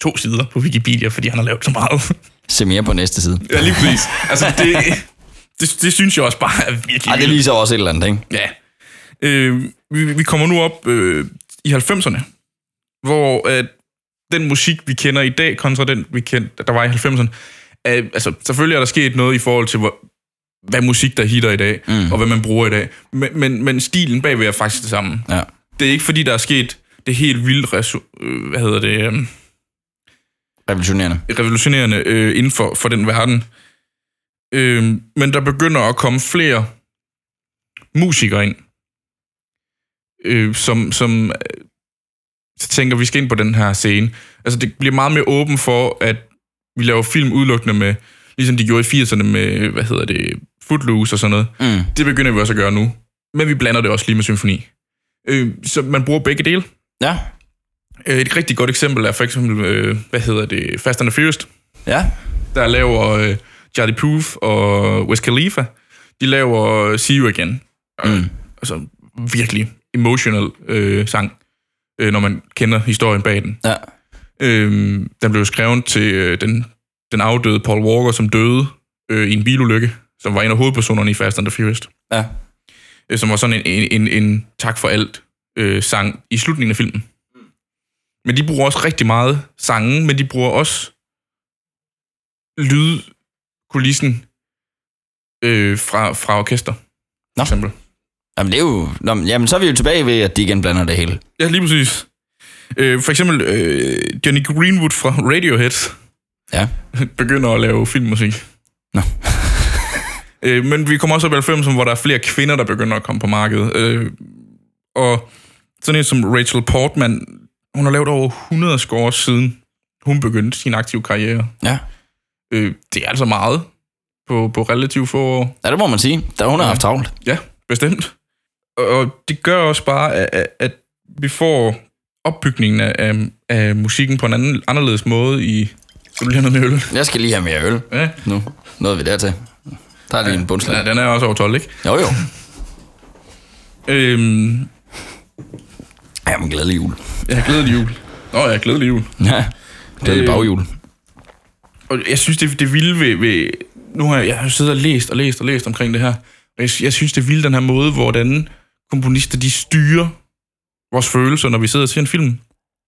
to sider på Wikipedia, fordi han har lavet så meget. Se mere på næste side. ja, lige præcis. Altså, det, det, det synes jeg også bare er virkelig Ej, det vildt. viser også et eller andet, ikke? Ja. Øh, vi, vi kommer nu op øh, i 90'erne, hvor øh, den musik, vi kender i dag, kontra den, vi kendte, der var i 90'erne, øh, altså selvfølgelig er der sket noget i forhold til, hvor, hvad musik, der hitter i dag, mm. og hvad man bruger i dag. Men, men, men stilen bagved er faktisk det samme. Ja. Det er ikke, fordi der er sket det helt vildt, resu- øh, hvad hedder det... Øh, Revolutionerende. revolutionerende øh, inden for, for den verden. Øh, men der begynder at komme flere musikere ind, øh, som, som øh, så tænker, vi skal ind på den her scene. Altså, det bliver meget mere åben for, at vi laver film udelukkende med, ligesom de gjorde i 80'erne med, hvad hedder det, Footloose og sådan noget. Mm. Det begynder vi også at gøre nu. Men vi blander det også lige med symfoni. Øh, så man bruger begge dele. Ja. Øh, et rigtig godt eksempel er for eksempel, øh, hvad hedder det, Fast and the Furious Ja. der laver øh, Jardy Proof og Wiz Khalifa. De laver øh, See You Again. Mm. Altså virkelig emotional øh, sang, øh, når man kender historien bag den. Ja. Øh, den blev skrevet til øh, den, den afdøde Paul Walker, som døde øh, i en bilulykke, som var en af hovedpersonerne i Fast and the Furious. Ja. øh, som var sådan en, en, en, en tak for alt øh, sang i slutningen af filmen. Men de bruger også rigtig meget sangen, men de bruger også lydkulissen øh, fra, fra orkester, for Nå. eksempel. Jamen, det er jo... Nå, men, jamen, så er vi jo tilbage ved, at de igen blander det hele. Ja, lige præcis. Øh, for eksempel øh, Johnny Greenwood fra Radiohead Ja. begynder at lave filmmusik. Nå. Øh, men vi kommer også op i 90'erne, hvor der er flere kvinder, der begynder at komme på markedet. Øh, og sådan en som Rachel Portman, hun har lavet over 100 score siden hun begyndte sin aktive karriere. Ja. Øh, det er altså meget på, på relativt få år. Ja, det må man sige. Der hun har haft travlt. Ja, bestemt. Og det gør også bare, at- at, at vi får opbygningen af, af, af musikken på en anden, anderledes måde i... Skal du lige have noget med øl? Jeg skal lige have mere øl. Ja. Nu nåede vi dertil. Der er lige en bundslag. ja, den er også over 12, ikke? Jo, jo. Øhm, Jamen, glædelig jul. jeg har glædet jul. Nå, jeg har glædet jul. Ja, glædelig Øh. baghjul. Og jeg synes, det, det vilde ved, ved... Nu har jeg, jeg har jo siddet og læst og læst og læst omkring det her. Og Jeg, jeg synes, det vilde den her måde, hvordan komponister de styrer vores følelser, når vi sidder og ser en film.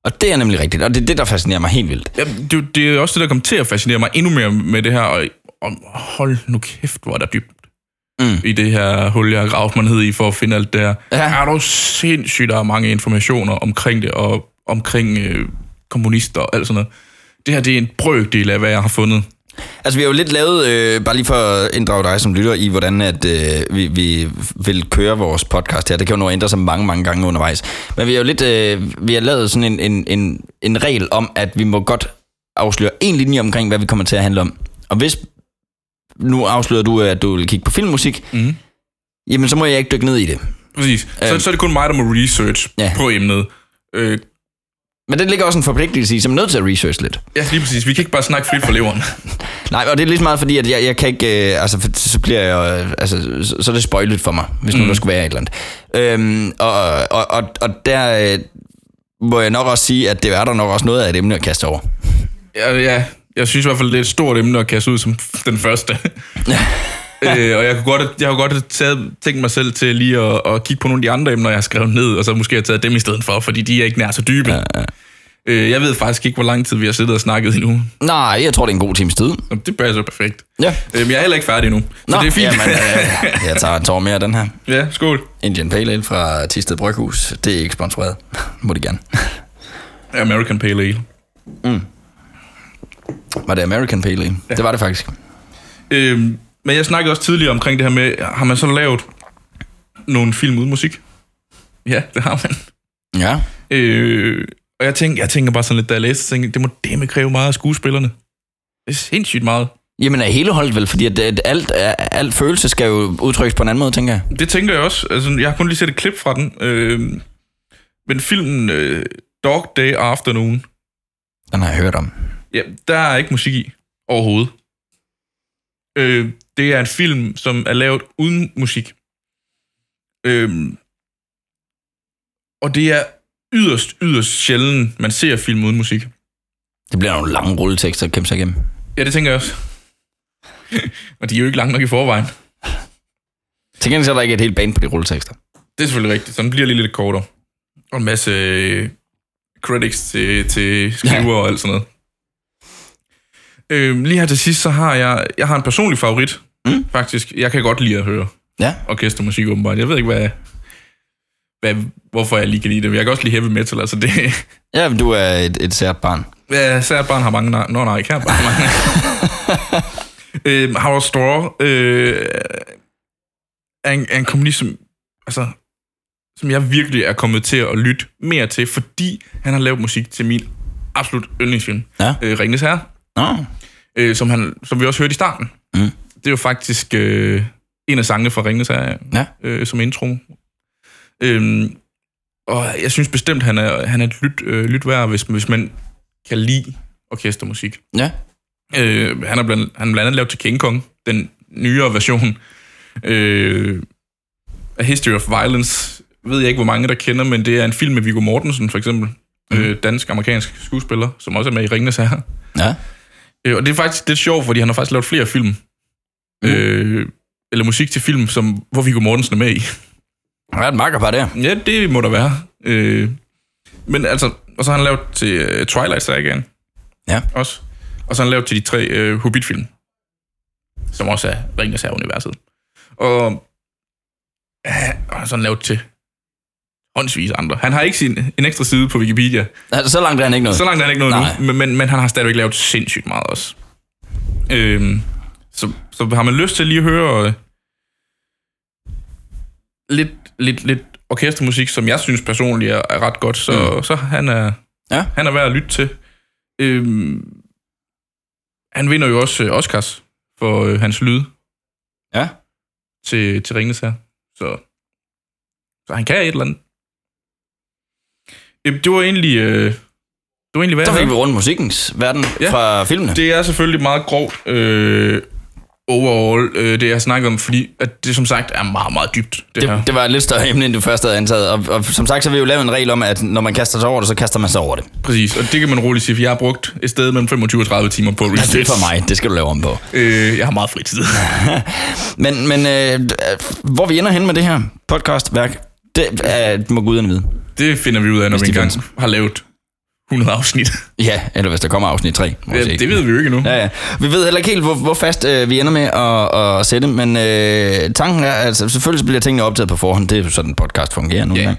Og det er nemlig rigtigt, og det er det, der fascinerer mig helt vildt. Ja, det, det er også det, der kommer til at fascinere mig endnu mere med det her, og, og hold nu kæft, hvor er der dybt Mm. i det her hul, jeg har gravet mig ned i for at finde alt det her. Ja. Er du sindssygt, der er mange informationer omkring det, og omkring øh, komponister og alt sådan noget. Det her, det er en brøkdel af, hvad jeg har fundet. Altså, vi har jo lidt lavet, øh, bare lige for at inddrage dig som lytter i, hvordan at, øh, vi, vi vil køre vores podcast her. Det kan jo nå at ændre sig mange, mange gange undervejs. Men vi har jo lidt, øh, vi har lavet sådan en, en, en, en regel om, at vi må godt afsløre en linje omkring, hvad vi kommer til at handle om. Og hvis nu afslører du, at du vil kigge på filmmusik, mm. jamen så må jeg ikke dykke ned i det. Præcis. Så, Øhm. så er det kun mig, der må research Ja. ja. på emnet. Øh, Men det ligger også en forpligtelse i, som er nødt til at researche lidt. ja, lige præcis. Vi kan ikke bare snakke frit for leveren. Nej, og det er lige så meget fordi, at jeg, jeg kan ikke... Øh, altså, for, så bliver jeg... Øh, altså, så, så er det spøjlet for mig, hvis nu mm. der skulle være et eller andet. Øhm, og, og, og, og der øh, må jeg nok også sige, at det er der nok også noget af et emne at kaste over. Ja, ja, jeg synes i hvert fald, det er et stort emne at kaste ud som den første. øh, og jeg kunne godt, jeg kunne godt have taget, tænkt mig selv til lige at, at kigge på nogle af de andre emner, jeg har skrevet ned, og så måske have taget dem i stedet for, fordi de er ikke nær så dybe. Ja, ja. Øh, jeg ved faktisk ikke, hvor lang tid vi har siddet og snakket endnu. Nej, jeg tror, det er en god times tid. Nå, Det passer perfekt. Ja. Øh, men jeg er heller ikke færdig endnu, så Nå, det er fint. Jamen, øh, jeg tager en tår mere af den her. ja, skål. Indian Pale Ale fra Tisted Bryghus. Det er ikke sponsoreret. Må de gerne. American Pale Ale. Var det American Pale Ale? Ja. Det var det faktisk. Øhm, men jeg snakkede også tidligere omkring det her med, har man så lavet nogle film uden musik? Ja, det har man. Ja. Øh, og jeg tænker, jeg tænker bare sådan lidt, da jeg læste, så tænkte, jeg, det må dæmme kræve meget af skuespillerne. Det er sindssygt meget. Jamen er hele holdet vel, fordi at, at alt, alt følelse skal jo udtrykkes på en anden måde, tænker jeg. Det tænker jeg også. Altså, jeg har kun lige set et klip fra den. Øh, men filmen øh, Dog Day Afternoon, Den har jeg hørt om. ja, der er ikke musik i overhovedet. Øh, det er en film, som er lavet uden musik. Øh, og det er yderst, yderst sjældent, man ser film uden musik. Det bliver nogle lange rulletekster at kæmpe sig igennem. Ja, det tænker jeg også. og de er jo ikke langt nok i forvejen. Til gengæld så er der ikke et helt band på de rulletekster. Det er selvfølgelig rigtigt. Sådan bliver det lige lidt kortere. Og en masse øh, credits til, til skriver ja. og alt sådan noget. Øh, lige her til sidst, så har jeg, jeg har en personlig favorit, mm. faktisk. Jeg kan godt lide at høre Ja. orkestermusik, åbenbart. Jeg ved ikke, hvad, hvad, hvorfor jeg lige kan lide det, men jeg kan også lide heavy metal, altså det... Ja, men du er et, et sært barn. Ja, sært barn har mange nar- Nå nej, kært barn har mange øh, Howard Straw øh, er, en, er en kommunist, som, altså, som jeg virkelig er kommet til at lytte mere til, fordi han har lavet musik til min absolut yndlingsfilm, Ja. øh, Ringnes Herre, Nå. øh, som, han, som vi også hørte i starten. Mm. Det er jo faktisk øh, en af sangene fra Ringnes Herre, Ja. øh, som intro. Øhm, og jeg synes bestemt, han er, han er et lyt, øh, lyt værd, hvis, hvis man kan lide orkestermusik. Ja. Øh, han har blandt, han har blandt andet lavet til King Kong, den nyere version, Øh, A History of Violence, ved jeg ikke, hvor mange der kender, men det er en film med Viggo Mortensen, for eksempel. Mm. Øh, Dansk-amerikansk skuespiller, som også er med i Ringnes Herre. Ja. Øh, og det er faktisk lidt sjovt, fordi han har faktisk lavet flere film. Mm. Øh, eller musik til film, som, hvor Viggo Mortensen er med i. Der er et makkerpar der. Ja, det må der være. Øh, men altså, og så har han lavet til uh, Twilight Sagaen. Ja. Også. Og så har han lavet til de tre uh, Hobbit-film. Som også er Ringens Herre-universet. Og, ja, og så har han lavet til håndsvis andre. Han har ikke sin, en ekstra side på Wikipedia. Altså, så langt er han ikke noget. Så langt er han ikke noget Nej. nu, men, men, men han har stadigvæk lavet sindssygt meget også. Øhm, så, så har man lyst til lige at høre øh, lidt, lidt, lidt orkestermusik, som jeg synes personligt er, er ret godt, så, mm. så han, er, Ja. han er værd at lytte til. Øhm, han vinder jo også øh, Oscars for øh, hans lyd Ja. til, til Ringnes her. Så, så han kan et eller andet. Jamen, det var egentlig... Øh, det var egentlig, hvad Så jeg havde. fik vi rundt musikkens verden Ja. fra filmene. Det er selvfølgelig meget grovt øh, overall, øh, det jeg snakker om, fordi at det som sagt er meget, meget dybt, det, det her. Det, det var et lidt større emne, end du først havde antaget. Og, og som sagt, så vil vi jo lave en regel om, at når man kaster sig over det, så kaster man sig over det. Altså, Præcis, og det kan man roligt sige, for jeg har brugt et sted mellem 25 og 30 timer på research. Det er for mig. Det skal du lave om på. Øh, jeg har meget fritid. Men, men øh, hvor vi ender hen med det her podcastværk, det øh, må guderne vide. det finder vi ud af, når vi de engang findes. har lavet 100 afsnit. Ja, eller hvis der kommer afsnit 3. Må vi Ja, se. det ved vi jo ikke endnu. Ja, ja. Vi ved heller ikke helt, hvor, hvor fast øh, vi ender med at, at sætte, men øh, tanken er, altså selvfølgelig bliver tingene optaget på forhånd, det er jo sådan, en podcast fungerer nu Ja. engang.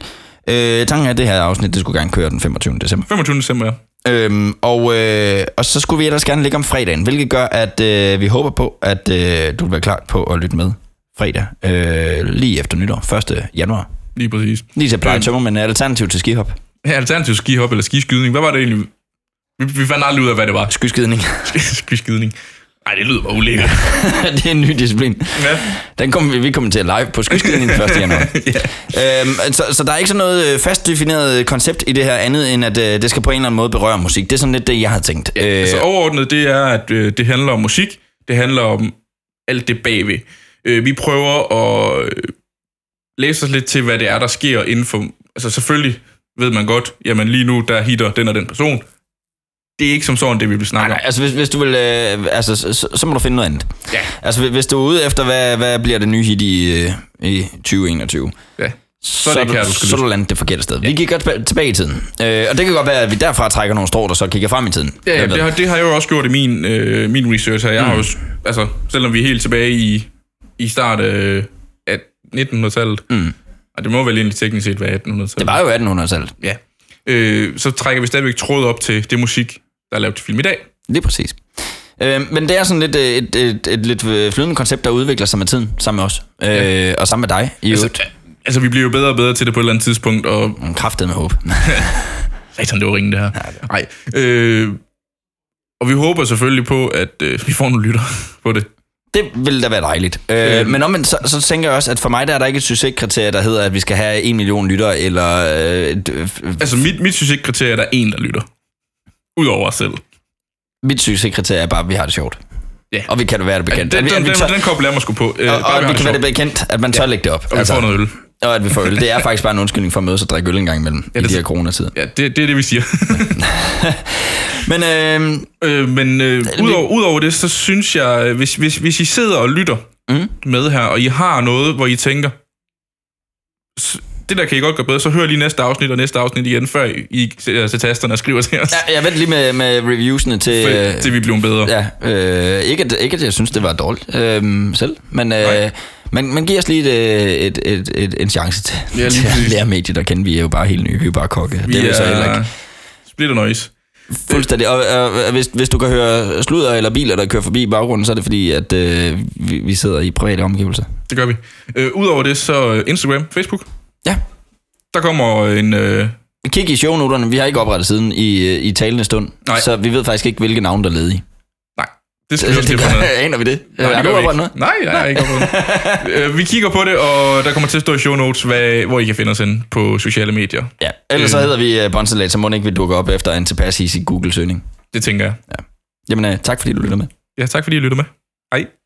Øh, tanken er, at det her afsnit, det skulle gerne køre den 25. december. 25. december, ja. Øhm, og, øh, og så skulle vi ellers gerne ligge om fredagen, hvilket gør, at øh, vi håber på, at øh, du vil være klar på at lytte med fredag, øh, lige efter nytår, 1. januar. lige præcis. Lige til at pleje tømmer, men alternativ til skihop. Ja, Alternativ skihop eller skiskydning, hvad var det egentlig? Vi, vi fandt aldrig ud af, hvad det var. Skyskidning. Skiskydning. Nej, det lyder bare ulækkert. det er en ny disciplin. Ja. Den kommer vi, vi kommer til live på skyskidning 1. januar. ja. øhm, så, så der er ikke sådan noget øh, fast defineret koncept i det her andet, end at øh, det skal på en eller anden måde berøre musik. Det er sådan lidt det, jeg havde tænkt. Ja, øh, Altså overordnet, det er, at øh, det handler om musik, det handler om alt det bagved. Øh, vi prøver at øh, læse os lidt til, hvad det er, der sker inden for... Altså selvfølgelig ved man godt, jamen lige nu, der hitter den og den person. Det er ikke som sådan, det vi vil snakke Nej, om. altså hvis, hvis du vil, øh, altså, så, så, så må du finde noget andet. Ja. Altså hvis- hvis du er ude efter, hvad, hvad bliver det nye hit i, øh, i 2021, Ja. så, er det er ikke du, her, du skal så er lytte. du landet det forkerte sted. Ja. Vi gik godt tilba- tilbage i tiden. Øh, og det kan godt være, at vi derfra trækker nogle strå, der så kigger frem i tiden. Ja, Jeg ja ved. det, har, det har jeg jo også gjort i min, øh, min research her. Jeg mm. har jo, s- altså, selvom vi er helt tilbage i, i start øh, af 1900-tallet, mm. og det må vel egentlig teknisk set være 1800-tallet. det var jo 1800-tallet. Ja. Øh, så trækker vi stadigvæk tråd op til det musik, der er lavet til film i dag. Lige præcis. Øh, men det er sådan lidt øh, et, et, et lidt øh, flydende koncept, der udvikler sig med tiden, sammen med os. Øh, Og sammen med dig, i øvrigt. Altså, altså, vi bliver jo bedre og bedre til det på et eller andet tidspunkt, og... Altså, Kraftet med håb. Satan, det var ringen, det her. Nej. Øh, og vi håber selvfølgelig på, at øh, vi får nogle lytter på det. Det ville da være dejligt. Øh, Øh. men omvendt, så, så tænker jeg også, at for mig der er der ikke et succeskriterie, der hedder, at vi skal have en million lyttere, eller... Øh, et, øh, Altså, mit, mit succeskriterie er, at der er en, der lytter. Udover os selv. mit succeskriterie er bare, at vi har det sjovt. Ja. Og vi kan være Altså, det bekendt. Den, at vi, Altså, den, at vi den, tør, den kobler jeg mig sgu på. Øh, og, og bare at vi kan være Altså- det sjovt. bekendt, at man tør lægge det op. og vi får noget øl. og at vi får øl. Det er faktisk bare en undskyldning for at mødes og drikke øl en gang imellem ja, i det- de her coronatider. Ja, det, det er det, vi siger. Men øh, Øh, men øh, udover, udover det, så synes jeg, øh, hvis, hvis, hvis I sidder og lytter Mm. mm. med her, og I har noget, hvor I tænker, "S- det der kan I godt gøre bedre, så hør lige næste afsnit og næste afsnit igen, før I, I sætter til tasterne og skriver til os, ja, jeg, jeg venter lige med, med reviewsene til... øh, til vi bliver bedre. Ja. Ja, øh, ikke, at, ikke at jeg synes, det var dårligt øh, selv, men, øh, Nej. men, men giv os lige et, øh, et, et, et, en chance til, Ja, lige til at præcis. lære mediet at kende. Vi er jo bare helt nye, vi er jo bare kokke. Vi det er vi så heller ikke. Splitter noise. Fuldstændig. Og, og, og hvis, hvis du kan høre sludder eller biler, der kører forbi i baggrunden, så er det fordi, at øh, vi, vi sidder i private omgivelser. Det gør vi. Øh, udover det, så øh, Instagram, Facebook. Ja. Der kommer en... Øh, Kig i shownoterne. Vi har ikke oprettet siden i, øh, i talende stund, Nej. så vi ved faktisk ikke, hvilke navne der er ledige. nej, det skal vi også Det lige få noget. gør, aner vi det? Nej, har det du gør vi oprettet ikke. noget? Nej, jeg har ikke oprettet noget. Øh, Vi kigger på det, og der kommer til at stå i show notes, hvad, hvor I kan finde os inde på sociale medier. Ja. Ellers så Øh. hedder vi øh, Bonsalat, så må den ikke vi dukker op efter en tilpas i Google-søgning. Det tænker jeg. Jamen, øh, tak fordi du lytter med. Ja, tak fordi I lyttede med. Hej.